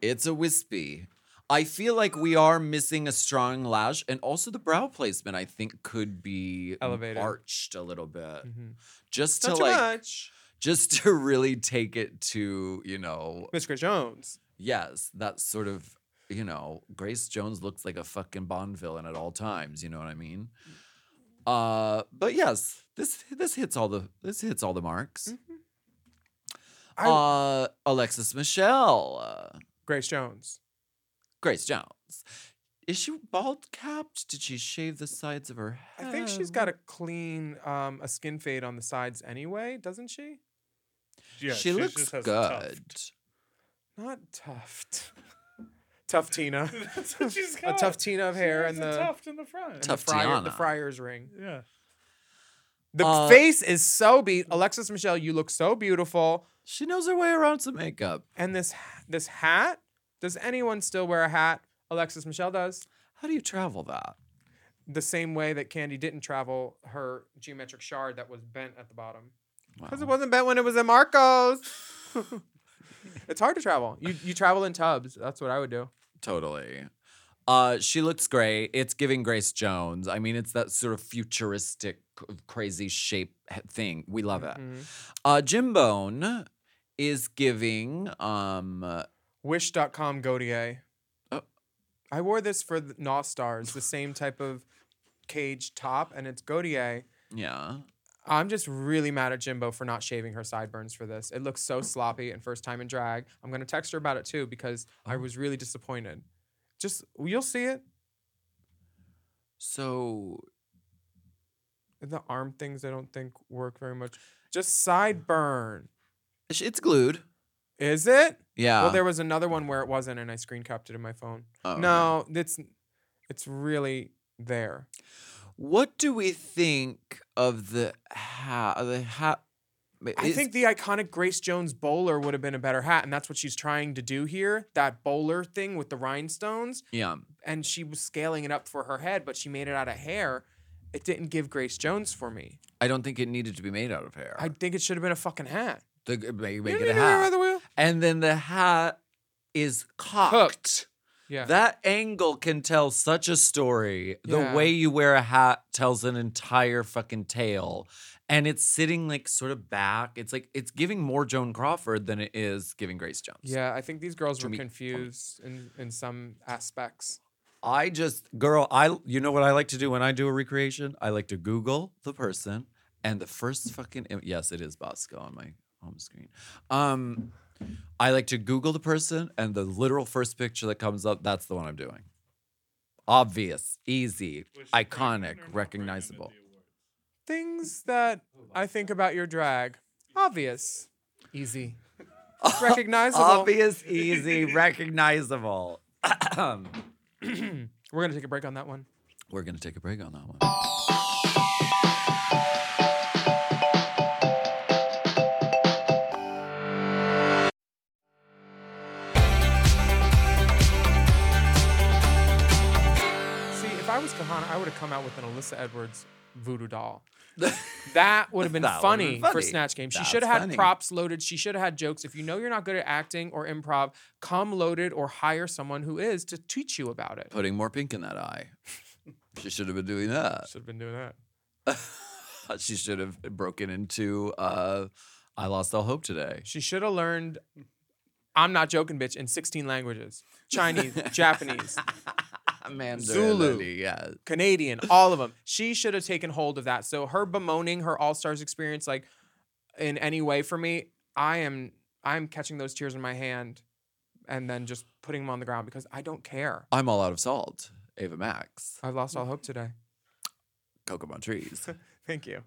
S1: It's a wispy. I feel like we are missing a strong lash, and also the brow placement. I think could be
S2: Elevated.
S1: arched a little bit,
S2: Mhm.
S1: just to
S2: Not too
S1: like,
S2: much.
S1: just to really take it to you know,
S2: Miss Grace Jones.
S1: yes, that sort of you know, Grace Jones looks like a fucking Bond villain at all times. You know what I mean? Uh, but yes, this this hits all the this hits all the marks.
S2: I-
S1: uh, Alexis Michelle, uh,
S2: Grace Jones.
S1: Grace Jones. Is she bald capped? Did she shave the sides of her head?
S2: I think she's
S1: Oh.
S2: got a clean um a skin fade on the sides anyway, doesn't she?
S4: Yeah,
S1: she looks
S4: just has a tuft.
S1: good.
S2: Not tuft. Tough Tina.
S4: That's what she's
S2: a
S4: got.
S2: tough Tina of
S4: She
S2: hair
S4: has
S2: and
S4: a
S2: the,
S4: tuft in the front.
S2: and the,
S1: Tough
S2: friar, the
S1: Tiana.
S2: friar's ring.
S4: Yeah.
S2: The
S1: Uh,
S2: face is so be Alexis Michelle, you look so beautiful.
S1: She knows her way around some makeup.
S2: And this this hat, does anyone still wear a hat? Alexis Michelle does.
S1: How do you travel that?
S2: The same way that Candy didn't travel her geometric shard that was bent at the bottom. Because it wasn't bent when it was at Marco's. it's hard to travel. You you travel in tubs. That's what I would do.
S1: Totally. Uh, she looks great. It's giving Grace Jones. I mean, it's that sort of futuristic, c- crazy shape he- thing. We love it.
S2: Mm-hmm.
S1: Uh, Jimbone is giving. Um,
S2: Wish.com Gaudier.
S1: Oh.
S2: I wore this for the Gnaw Stars, the same type of cage top, and it's Gaudier.
S1: yeah.
S2: I'm just really mad at Jimbo for not shaving her sideburns for this. It looks so sloppy and first time in drag. I'm gonna text her about it too because I was really disappointed. Just you'll see it.
S1: So
S2: The arm things I don't think work very much. Just sideburn.
S1: sh- it's glued.
S2: Is it?
S1: Yeah.
S2: Well, there was another one where it wasn't, and I screen capped it in my phone.
S1: Oh, okay.
S2: no, it's it's really there.
S1: What do we think of the hat? The hat.
S2: I
S1: is-
S2: think the iconic Grace Jones bowler would have been a better hat, and that's what she's trying to do here. That bowler thing with the rhinestones.
S1: Yeah.
S2: and she was scaling it up for her head, but she made it out of hair. It didn't give Grace Jones for me.
S1: I don't think it needed to be made out of hair.
S2: I think it should have been a fucking hat.
S1: The g- make,
S2: You
S1: Uh. make
S2: don't
S1: it a
S2: need to wear
S1: hat.
S2: the wheel.
S1: And then the hat is cocked.
S2: Hooked. Yeah.
S1: That angle can tell such a story.
S2: Yeah.
S1: The way you wear a hat tells an entire fucking tale. And it's sitting like sort of back. It's like it's giving more Joan Crawford than it is giving Grace Jones.
S2: yeah, I think these girls were
S1: Jimmy, Tommy.
S2: confused in, in some aspects.
S1: I just girl, I you know what I like to do when I do a recreation? I like to Google the person and the first fucking im- yes, it is Bosco on my home screen. Um I like to Google the person and the literal first picture that comes up, that's the one I'm doing. Obvious, easy,
S4: Was she pregnant or not
S1: iconic,
S4: pregnant at the
S1: recognizable.
S4: awards?
S2: Things that I think about your drag. Obvious. Easy. Recognizable.
S1: Obvious, easy, recognizable.
S2: We're going to take a break on that one.
S1: We're gonna take a break on that one.
S2: See, if I was Kahana, I would have come out with an Alyssa Edwards voodoo doll. That would have been,
S1: That would've
S2: funny,
S1: been
S2: for
S1: funny.
S2: Snatch Game. She
S1: That's
S2: should have had
S1: funny.
S2: props loaded. She should have had jokes. If you know you're not good at acting or improv, come loaded or hire someone who is to teach you about it.
S1: Putting more pink in that eye. She should have been doing that.
S2: Should have been doing that.
S1: she should have broken into uh I lost all hope today.
S2: She should have learned. I'm not joking, bitch. In 16 languages, Chinese, Japanese,
S1: Mandarin.
S2: Zulu.
S1: Yeah.
S2: Canadian, all of them. She should have taken hold of that. So her bemoaning her All Stars experience, like in any way for me, I am I'm catching those tears in my hand, and then just putting them on the ground because I don't care.
S1: I'm all out of salt. Ava Max.
S2: I've lost all hope today.
S1: Kokomo trees.
S2: Thank you.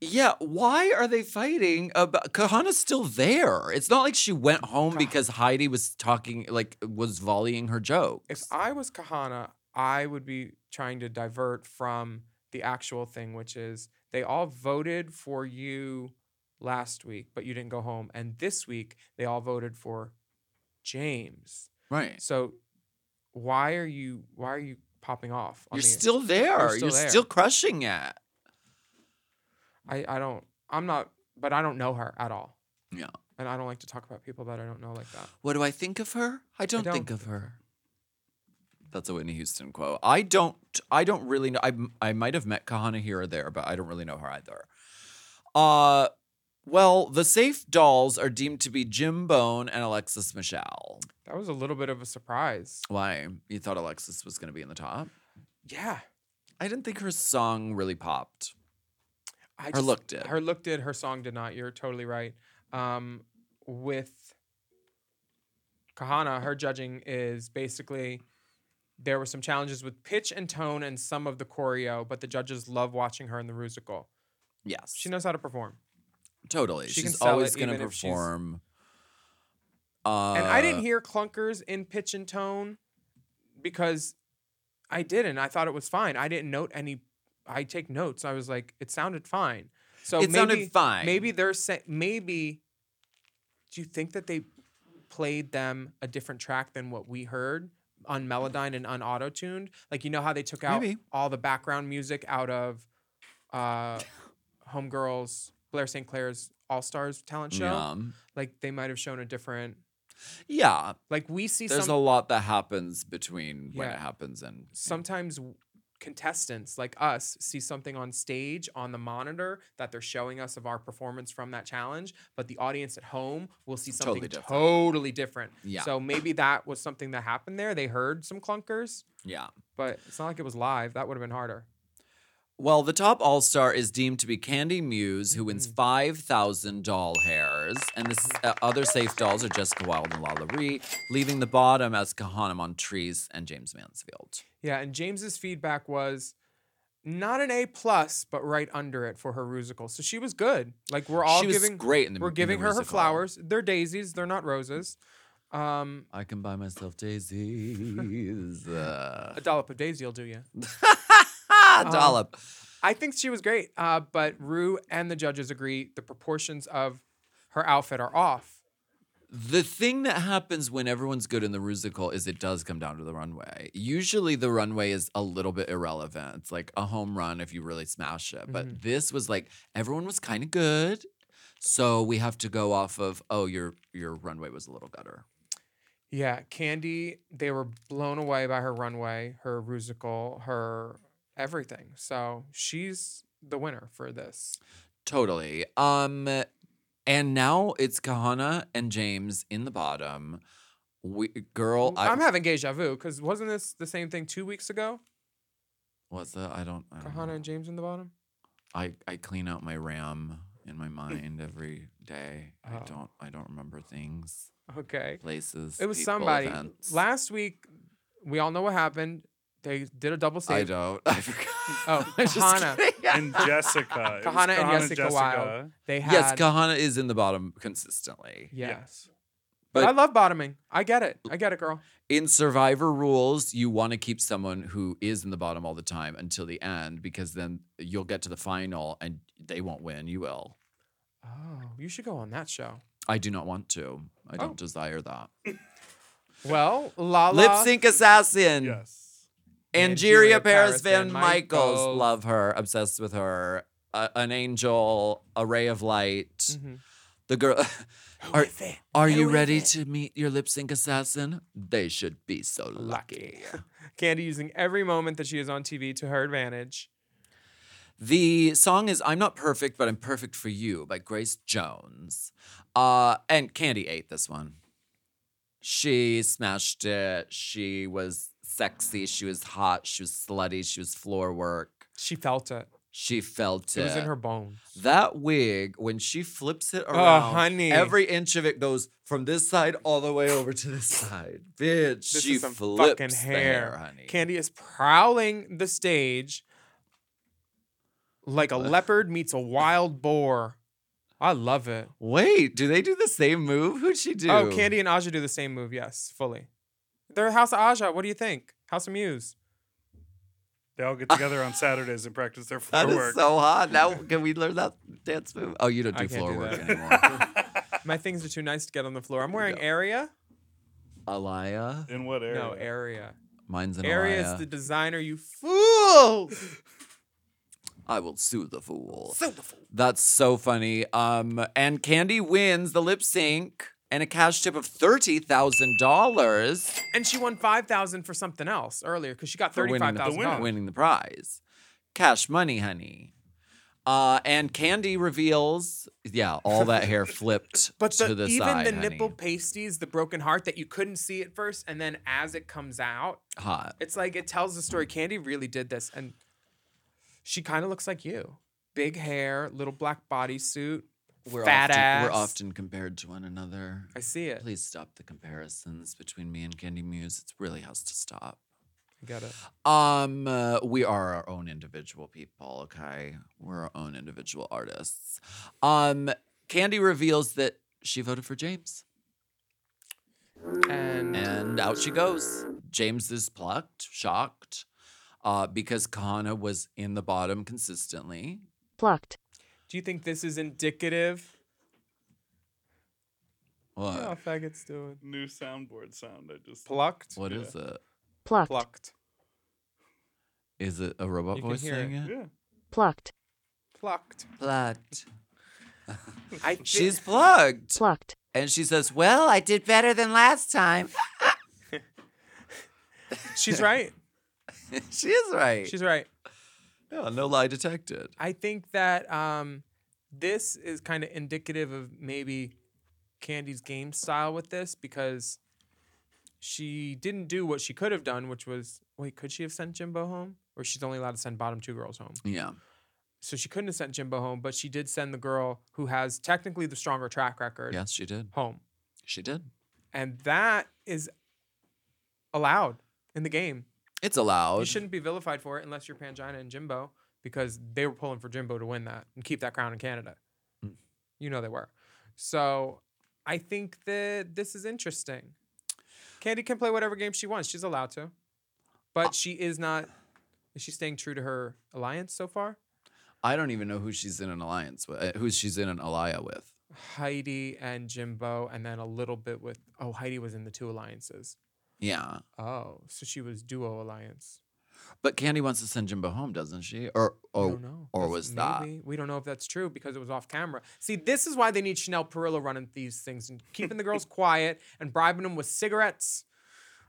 S1: yeah. Why are they fighting about Kahana's still there? It's not like she went home because Heidi was talking like was volleying her jokes.
S2: If I was Kahana, I would be trying to divert from the actual thing, which is they all voted for you last week, but you didn't go home. And this week, they all voted for James.
S1: right.
S2: So why are you why are you popping off? on
S1: You're
S2: the-
S1: still there.
S2: still
S1: You're
S2: there.
S1: still crushing it.
S2: I, I don't I'm not but I don't know her at all.
S1: Yeah.
S2: And I don't like to talk about people that I don't know like that.
S1: What do I think of her? I don't,
S2: don't
S1: think of her. That's a Whitney Houston quote. I don't. I don't really know. I m- I might have met Kahana here or there, but I don't really know her either. Uh well, the safe dolls are deemed to be Jim Bone and Alexis Michelle.
S2: That was a little bit of a surprise.
S1: Why? You thought Alexis was going to be in the top?
S2: Yeah.
S1: I didn't think her song really popped.
S2: I
S1: Her look did.
S2: Her look did. Her song did not. You're totally right. Um, with Kahana, her judging is basically there were some challenges with pitch and tone and some of the choreo, but the judges love watching her in the musical.
S1: Yes,
S2: She knows how to perform.
S1: totally.
S2: she can
S1: she's
S2: sell
S1: always
S2: it
S1: going to
S2: even if she's-
S1: perform. Uh,
S2: and I didn't hear clunkers in pitch and tone because I didn't. I thought it was fine. I didn't note any. I take notes. I was like, it sounded fine. So
S1: It
S2: maybe,
S1: sounded fine.
S2: Maybe they're saying. Maybe. Do you think that they played them a different track than what we heard? on Melodyne and on auto tuned. Like you know how they took out
S1: Maybe.
S2: all the background music out of uh Homegirls Blair St. Clair's All Stars talent show.
S1: Yum.
S2: Like they might have shown a different
S1: Yeah,
S2: like we see
S1: there's a
S2: some
S1: lot that happens between when
S2: Yeah.
S1: it happens and
S2: sometimes w- contestants like us see something on stage on the monitor that they're showing us of our performance from that challenge, but the audience at home will see something
S1: Totally
S2: totally
S1: different.
S2: different.
S1: Yeah.
S2: So maybe that was something that happened there. They heard some clunkers,
S1: yeah.
S2: but it's not like it was live. That would have been harder.
S1: Well, the top all star is deemed to be Candy Muse, who
S2: Mm-hmm.
S1: wins 5,000 doll hairs. And the s- uh, other safe dolls are Jessica Wilde and Lala Ree, leaving the bottom as Kahana Montrese and James Mansfield.
S2: Yeah, and James's feedback was not an A plus, but right under it for her musical. So she was good. Like we're all
S1: she was
S2: giving
S1: great in the
S2: we're
S1: in the
S2: giving her her
S1: musical.
S2: flowers. They're daisies, they're not roses. Um
S1: I can buy myself daisies. uh,
S2: a dollop of daisy will do you.
S1: ah, dollop.
S2: I think she was great. Uh, but Rue and the judges agree the proportions of her outfit are off.
S1: The thing that happens when everyone's good in the musical is it does come down to the runway. Usually the runway is a little bit irrelevant. It's like a home run if you really smash it.
S2: Mm-hmm.
S1: But this was like everyone was kind of good. So we have to go off of oh your your runway was a little gutter.
S2: Yeah, Candy, they were blown away by her runway, her musical, her everything. So she's the winner for this.
S1: Totally. Um and now it's Kahana and James in the bottom. We, girl, I
S2: Mm, I'm having deja vu because wasn't this the same thing two weeks ago?
S1: what's the I don't, I don't know.
S2: Kahana and James in the bottom.
S1: I, I clean out my RAM in my mind every day. I
S2: Mm. Oh.
S1: don't I don't remember things,
S2: Okay.
S1: places.
S2: It was
S1: people,
S2: somebody.
S1: events.
S2: Last week, we all know what happened. They did a double
S1: I
S2: save.
S1: don't. I forgot.
S2: Oh,
S1: I'm just
S2: Kahana.
S1: kidding.
S4: And Jessica. It was
S2: Kahana and
S4: Kahana
S2: Jessica, Wilde. They had.
S1: yes, Kahana is in the bottom consistently.
S2: Yeah.
S4: Yes.
S2: But I
S1: But
S2: love bottoming. I get it. I get it, girl.
S1: in Survivor rules, you want to keep someone who is in the bottom all the time until the end because then you'll get to the final and they won't win. You will.
S2: Oh, you should go on that show.
S1: I do not want to. I don't
S2: Oh.
S1: desire that.
S2: Well, Lala.
S1: Lip sync assassin.
S4: Yes.
S1: Angeria
S2: Angeria
S1: Paris
S2: Paris
S1: Van
S2: Van
S1: Michaels.
S2: Michaels.
S1: Love her. Obsessed with her. A- an angel. A ray of light.
S2: Mhm.
S1: The girl. Are, are you ready to meet your lip sync assassin? They should be so lucky.
S2: Candy using every moment that she is on TV to her advantage.
S1: The song is I'm Not Perfect, but I'm Perfect for You by Grace Jones. Uh, and Candy ate this one. She smashed it. She was sexy. She was hot. She was slutty. She was floor work.
S2: She felt it.
S1: She felt it.
S2: It was in her bones.
S1: That wig, when she flips it around,
S2: honey.
S1: every inch of it goes from this side all the way over to this side. Bitch,
S2: This
S1: she
S2: is some
S1: flips
S2: fucking
S1: the
S2: hair.
S1: honey.
S2: Candy is prowling the stage like a leopard meets a wild boar. I love it.
S1: Wait, do they do the same move? Who'd she do?
S2: Oh, Candy and Aja do the same move. Yes, fully. They're House of Aja. What do you think? House of Muse.
S4: They all get together on Saturdays and practice their floor
S1: That is
S4: work.
S1: so hot. Now can we learn that dance move? Oh, you don't do
S2: I can't
S1: floor
S2: do
S1: work
S2: that.
S1: anymore.
S2: My things are too nice to get on the floor. I'm wearing Area.
S1: Alaya,
S4: in what area?
S2: No, Area.
S1: mine's an
S2: Area
S1: Alaya.
S2: is the designer. You fool.
S1: I will sue the fool. Sue the fool. That's so funny. Um, and Candy wins the lip sync and a cash tip of thirty thousand dollars.
S2: And she won five thousand for something else earlier because she got
S1: for winning
S2: thirty-five
S1: the-
S2: thousand
S1: winning,
S2: dollars.
S1: the prize. Cash money, honey. Uh, and Candy reveals, yeah, all that hair flipped
S2: But the,
S1: to the
S2: even
S1: side,
S2: the
S1: honey.
S2: nipple pasties, the broken heart that you couldn't see at first, and then as it comes out,
S1: hot.
S2: it's like it tells the story. Candy really did this, and she kind of looks like you. Big hair, little black bodysuit,
S1: We're
S2: fat
S1: often,
S2: ass.
S1: We're often compared to one another.
S2: I see it.
S1: Please stop the comparisons between me and Candy Muse. It really has to stop.
S2: I get it.
S1: Um, uh, we are our own individual people, okay? We're our own individual artists. Um, Candy reveals that she voted for James.
S2: And
S1: And out she goes. James is plucked, shocked, uh, because Kahana was in the bottom consistently.
S7: plucked,
S2: do you think this is indicative?
S1: What?
S2: Oh, faggots doing.
S4: New soundboard sound. I just
S2: Plucked.
S1: What is it?
S7: plucked,
S2: Plucked.
S1: Is it a robot
S2: You can
S1: voice
S2: hear
S1: saying
S4: Yeah.
S1: it?
S7: plucked,
S2: Plucked.
S1: Plucked.
S2: I thi-
S1: She's plugged.
S7: plucked,
S1: And she says, Well, I did better than last time.
S2: she's right.
S1: she is right.
S2: She's right.
S1: yeah, no lie detected.
S2: I think that um, this is kind of indicative of maybe Candy's game style with this because she didn't do what she could have done, which was wait, could she have sent Jimbo home? Or she's only allowed to send bottom two girls home.
S1: Yeah.
S2: So she couldn't have sent Jimbo home, but she did send the girl who has technically the stronger track record
S1: Yes, she did.
S2: home.
S1: She did.
S2: And that is allowed in the game.
S1: It's allowed.
S2: You shouldn't be vilified for it unless you're Pangina and Jimbo because they were pulling for Jimbo to win that and keep that crown in Canada. You know they were. So I think that this is interesting. Candy can play whatever game she wants. She's allowed to. But she is not is she staying true to her alliance so far?
S1: I don't even know who she's in an alliance with, uh, who she's in an alia with.
S2: Heidi and Jimbo and then a little bit with oh Heidi was in the two alliances.
S1: Yeah.
S2: Oh, so she was duo alliance.
S1: But Candy wants to send Jimbo home, doesn't she? Or or,
S2: don't know.
S1: or
S2: That's-
S1: was that?
S2: maybe. we don't know if that's true because it was off camera. See, this is why they need Chanel Perillo running these things and keeping the girls quiet and bribing them with cigarettes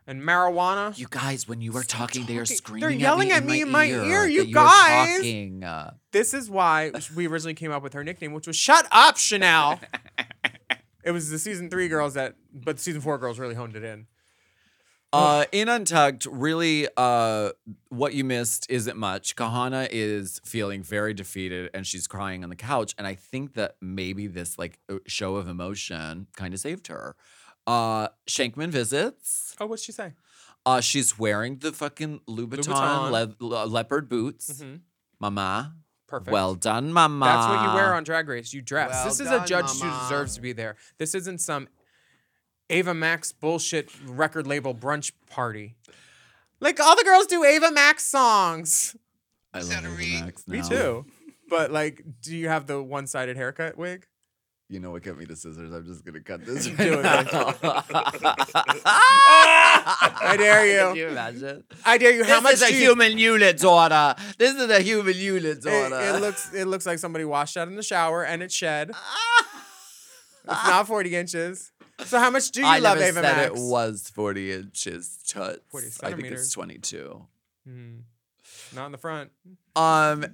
S2: and marijuana.
S1: You guys, when you were talking, they are
S2: talking-
S1: screaming.
S2: they're yelling
S1: at me in my, ear. that
S2: you
S1: were
S2: guys.
S1: talking, uh,
S2: this is why we originally came up with her nickname, which was "Shut Up, Chanel." it was the season three girls that, but season four girls really honed it in.
S1: Uh, in Untucked, really, uh, what you missed isn't much. Kahana is feeling very defeated and she's crying on the couch. And I think that maybe this like uh, show of emotion kind of saved her. Uh, Shankman visits.
S2: Oh, what'd she say?
S1: Uh, she's wearing the fucking Louboutin,
S2: Louboutin.
S1: le- le- leopard boots.
S2: Mhm.
S1: Mama.
S2: Perfect.
S1: Well done, mama.
S2: That's what you wear on Drag Race. You dress.
S5: Well
S2: this is a
S5: done,
S2: judge who
S5: mama.
S2: deserves to be there. This isn't some Ava Max bullshit record label brunch party. Like all the girls do Ava Max songs.
S1: I love Ava Max now.
S2: But like, do you have the one-sided haircut wig?
S1: You know what? Cut me the scissors. I'm just gonna cut this.
S2: Do it, I dare
S1: Can
S2: you.
S1: Ah, you imagine?
S2: I dare you. How much
S1: this is a
S2: do you-
S1: human unit, daughter. This is a human unit,
S2: It,
S1: daughter.
S2: it looks it looks like somebody washed out in the shower and it shed. It's not 40 inches. So how much do you
S1: Ah. I
S2: love
S1: never
S2: Ava
S1: said
S2: Max?
S1: it was 40 inches tut.
S2: 40
S1: I think it's
S2: centimeters.
S1: 22.
S2: Hmm. Not in the front.
S1: Um.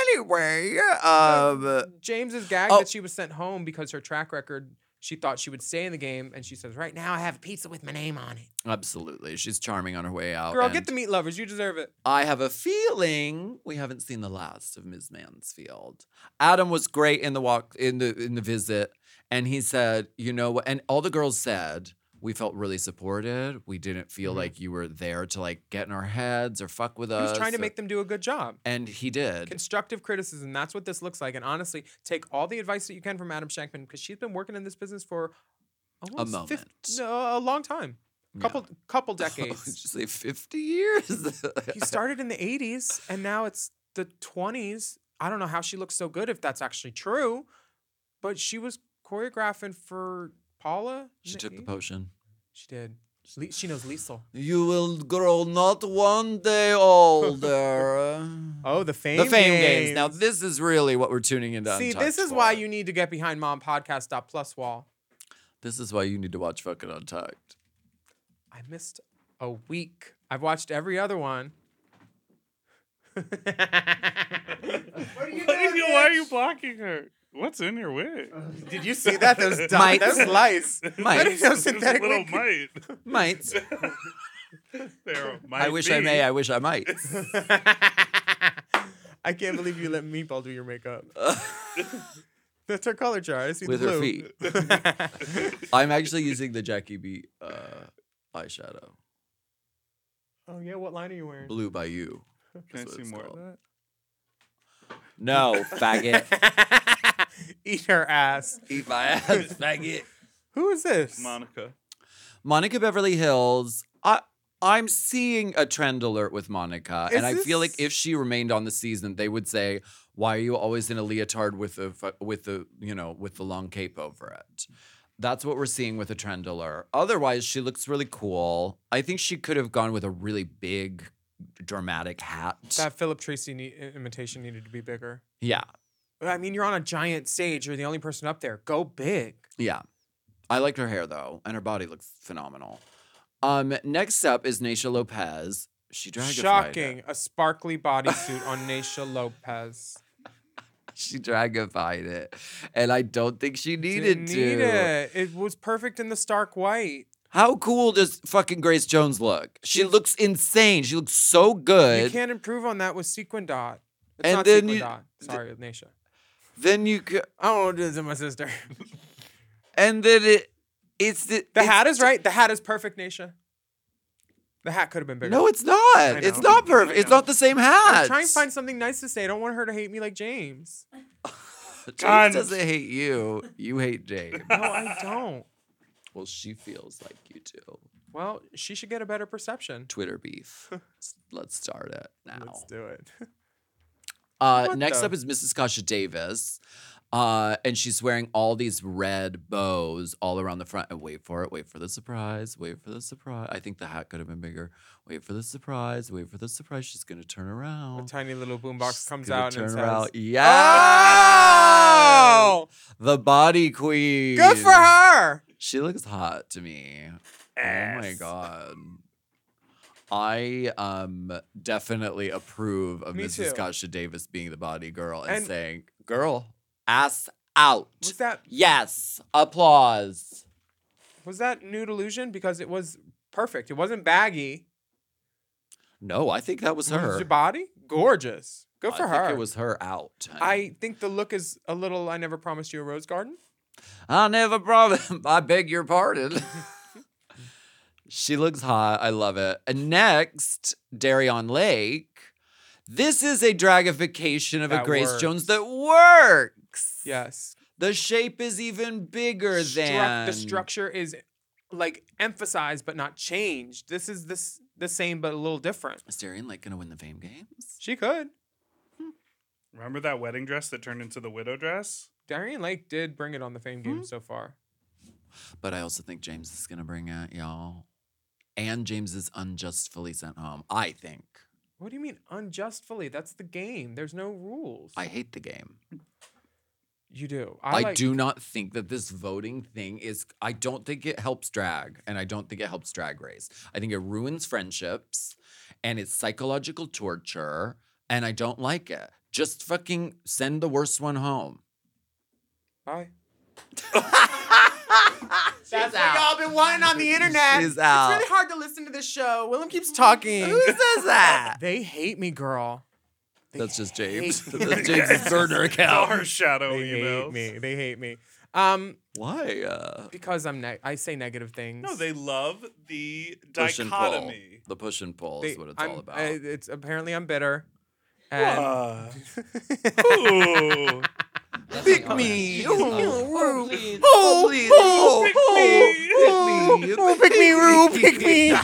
S1: Anyway, um.
S2: James is gagged
S1: Oh.
S2: that she was sent home because her track record, she thought she would stay in the game, and she says, Right now I have a pizza with my name on it.
S1: Absolutely, she's charming on her way out.
S2: Girl, get
S1: and
S2: the meat lovers. You deserve it.
S1: I have a feeling we haven't seen the last of Ms. Mansfield. Adam was great in the walk in the in the visit, and he said, you know what? And all the girls said we felt really supported. We didn't feel like you were there to like get in our heads or fuck with
S2: Mm-hmm. He
S1: us.
S2: was trying to
S1: or-
S2: make them do a good job.
S1: and he did.
S2: Constructive criticism. That's what this looks like. And honestly, take all the advice that you can from Adam Shankman because she's been working in this business for almost
S1: moment.
S2: 50 no, a long time, couple couple
S1: Would
S2: decades.
S1: you Oh, say fifty years?
S2: he started in the 80s and now it's the 20s. I don't know how she looks so good if that's actually true, but she was choreographing for Paula. in
S1: she took the
S2: eight-
S1: potion.
S2: She did. Le- she knows Liesel.
S1: You will grow not one day older.
S2: Oh, the fame.
S1: the fame games. Now this is really what we're tuning into.
S2: see,
S1: Untucked
S2: this is why
S1: for.
S2: you need to get behind Mom Podcast. Plus wall.
S1: This is why you need to watch fucking Untucked.
S2: I missed a week. I've watched every other one.
S4: Why are you- why are you blocking her? What's in your wig?
S2: Did you see that? Those
S1: Mites.
S2: those lice. I didn't
S1: Mites.
S2: know
S4: There's a
S2: synthetic
S4: little
S2: wig could-
S4: mite.
S1: Mites.
S4: There might
S1: I wish I
S4: be.
S1: may. I wish I might.
S2: I can't believe you let Meatball do your makeup. That's her color chart. I see
S1: With
S2: the
S1: her
S2: blue.
S1: feet. I'm actually using the Jackie B uh, eyeshadow.
S2: oh yeah, what line are you wearing?
S1: Blue by you.
S4: Can I
S1: That's what
S4: see
S1: it's
S4: more of
S1: called.
S4: that?
S1: No, faggot.
S2: Eat her ass.
S1: Eat my ass, faggot.
S2: Who is this?
S4: Monica.
S1: Monica Beverly Hills. I I'm seeing a trend alert with Monica,
S4: Is
S1: and I feel like
S4: this-
S1: if she remained on the season, they would say, "Why are you always in a leotard with the fu- with the you know with the long cape over it?" That's what we're seeing with a trend alert. Otherwise, she looks really cool. I think she could have gone with a really big, dramatic hat.
S2: That Philip Tracy ne- i- imitation needed to be bigger.
S1: yeah,
S2: I mean, you're on a giant stage. You're the only person up there. Go big.
S1: Yeah. I liked her hair though, and her body looks phenomenal. Um, next up is Naisha Lopez. She dragified
S2: Shocking.
S1: it.
S2: A sparkly bodysuit on Naisha Lopez.
S1: She dragified it. And I don't think she needed
S2: Didn't
S1: to.
S2: need it. It was perfect in the stark white.
S1: How cool does fucking Grace Jones look? She looks insane. She looks so
S2: you
S1: good.
S2: can't improve on that with sequin dot. It's
S1: And
S2: not
S1: then
S2: sequin
S1: you-
S2: dot. Sorry, Naisha.
S1: then you could
S2: I don't want to do this to my sister.
S1: and then it it's the,
S2: The
S1: it's-
S2: hat is right. The hat is perfect, Naisha. The hat could have been bigger.
S1: No, it's not. It's
S2: know.
S1: not perfect. It's not the same hat.
S2: I'm trying to find something nice to say. I don't want her to hate me like James.
S1: James doesn't hate you. You hate James.
S2: No, I don't.
S1: well, she feels like you do.
S2: Well, she should get a better perception.
S1: Twitter beef. S- Let's start it now.
S2: Let's do it.
S1: Uh,
S2: What
S1: next
S2: the-
S1: up is Mrs. Kasha Davis. Uh, and she's wearing all these red bows all around the front. And wait for it. Wait for the surprise. Wait for the surprise. I think the hat could have been bigger. Wait for the surprise. Wait for the surprise. She's going to turn
S2: A
S1: around.
S2: tiny little
S1: She's
S2: boombox comes
S1: gonna
S2: out and
S1: turn
S2: says,
S1: around. Yes!
S2: "Oh,
S1: The body queen.
S2: good for her."
S1: She looks hot to me. Oh my god. I um definitely approve of
S2: Me
S1: Mrs.
S2: too.
S1: Kasha Davis being the body girl and,
S2: And-
S1: saying, "Girl, ass out."
S2: Was that
S1: Yes, applause.
S2: was that nude illusion? Because it was perfect. It wasn't baggy.
S1: No, I think that was
S2: It was
S1: her.
S2: Your body, gorgeous. Good for
S1: I
S2: her.
S1: Think it was her out. honey.
S2: I think the look is a little. I never promised you a rose garden.
S1: I never promised. I beg your pardon. she looks hot. I love it. And next, Darion Lake. This is a dragification of a
S2: That
S1: Grace
S2: works.
S1: Jones that works.
S2: Yes.
S1: The shape is even bigger
S2: Struc-
S1: than
S2: the structure is like emphasized but not changed. This is this the same but a little different.
S1: Is Darion Lake gonna win the fame games?
S2: She could.
S4: Remember that wedding dress that turned into the widow dress?
S2: Darian Lake did bring it on the fame game
S1: Hmm.
S2: so far.
S1: But I also think James is gonna bring it, y'all. And James is unjustfully sent home. I think.
S2: What do you mean unjustfully? That's the game. There's no rules.
S1: I hate the game.
S2: you do.
S1: I,
S2: like-
S1: do not think that this voting thing is. I don't think it helps drag, and I don't think it helps drag race. I think it ruins friendships, and it's psychological torture, and I don't like it. Just fucking send the worst one home.
S2: Bye.
S1: That's
S2: been wanting on the internet.
S1: She's out.
S2: hard to listen to this show. Willem keeps talking.
S1: Who says that?
S2: they hate me, girl.
S1: That's just James.
S2: hate
S1: That's James' burner
S4: Our
S1: account.
S4: shadow
S2: They hate
S4: emails.
S2: me. They hate me. Um,
S1: Why? Uh,
S2: because I'm ne- I say negative things.
S4: No, Oh, they love the
S1: push and pull.
S4: dichotomy.
S1: The push and pull
S2: They-
S1: is what it's
S2: I'm-
S1: all about.
S2: uh, it's apparently I'm bitter. And
S1: Uh.
S4: Ooh.
S1: Pick me.
S2: Oh,
S1: please. Oh, please. Oh,
S4: oh,
S1: pick me. Oh, pick me, Rue. Pick me.
S4: All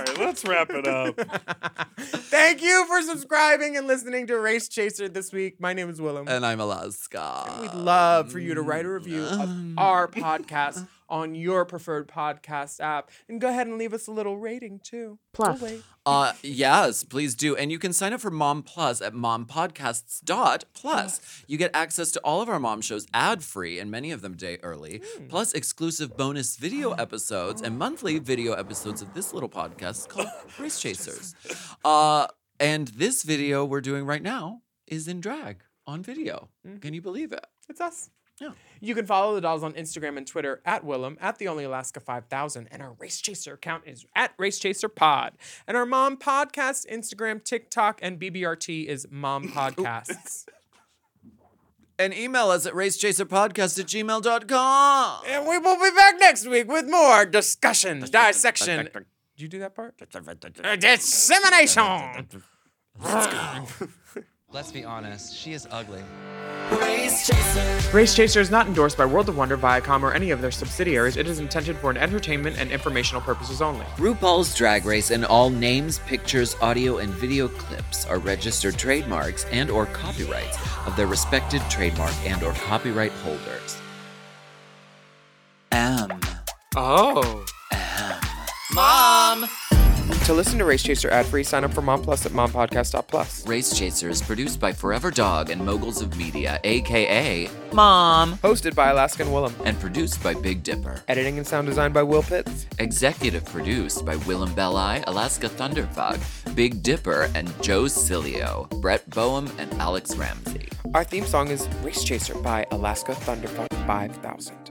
S4: right, let's wrap it up.
S2: Thank you for subscribing and listening to Race Chaser this week. My name is Willem.
S1: And um, I'm Alaska.
S2: We'd love for you to write a review of our podcast on your preferred podcast app. And go ahead and leave us a little rating too. Oh, Plus.
S1: Uh, yes, please do. And you can sign up for Mom Plus at mompodcasts.plus. You get access to all of our mom shows ad free and many of them day early, plus exclusive bonus video episodes and monthly video episodes of this little podcast called Race Chasers. Uh, and this video we're doing right now is in drag on video. Can you believe it?
S2: It's us.
S1: Yeah.
S2: You can follow the dolls on Instagram and Twitter at Willem, at the Only Alaska 5000, and our Race Chaser account is at Race Chaser Pod. And our mom podcast, Instagram, TikTok, and BBRT is Mom Podcasts.
S1: And email us at racechaserpodcast at gmail.com.
S2: and we will be back next week with more discussion, dissection. Did you do that part? Dissemination.
S7: Let's be honest, she is ugly. Race Chaser.
S2: Race Chaser is not endorsed by World of Wonder, Viacom, or any of their subsidiaries. It is intended for an entertainment and informational purposes only.
S3: RuPaul's Drag Race and all names, pictures, audio, and video clips are registered trademarks and or copyrights of their respective trademark and or copyright holders. M.
S2: Oh.
S7: Mom.
S2: To listen to Race Chaser ad free, sign up for Mom Plus at mompodcast.plus.
S3: Race Chaser is produced by Forever Dog and Moguls of Media, aka
S7: Mom.
S2: Hosted by Alaskan Willem.
S3: and produced by Big Dipper.
S2: Editing and sound design by Will Pitts.
S3: Executive produced by Willem Belli, Alaska Thunderfuck, Big Dipper, and Joe Cilio, Brett Boehm, and Alex Ramsey.
S2: Our theme song is Race Chaser by Alaska Thunderfuck 5000.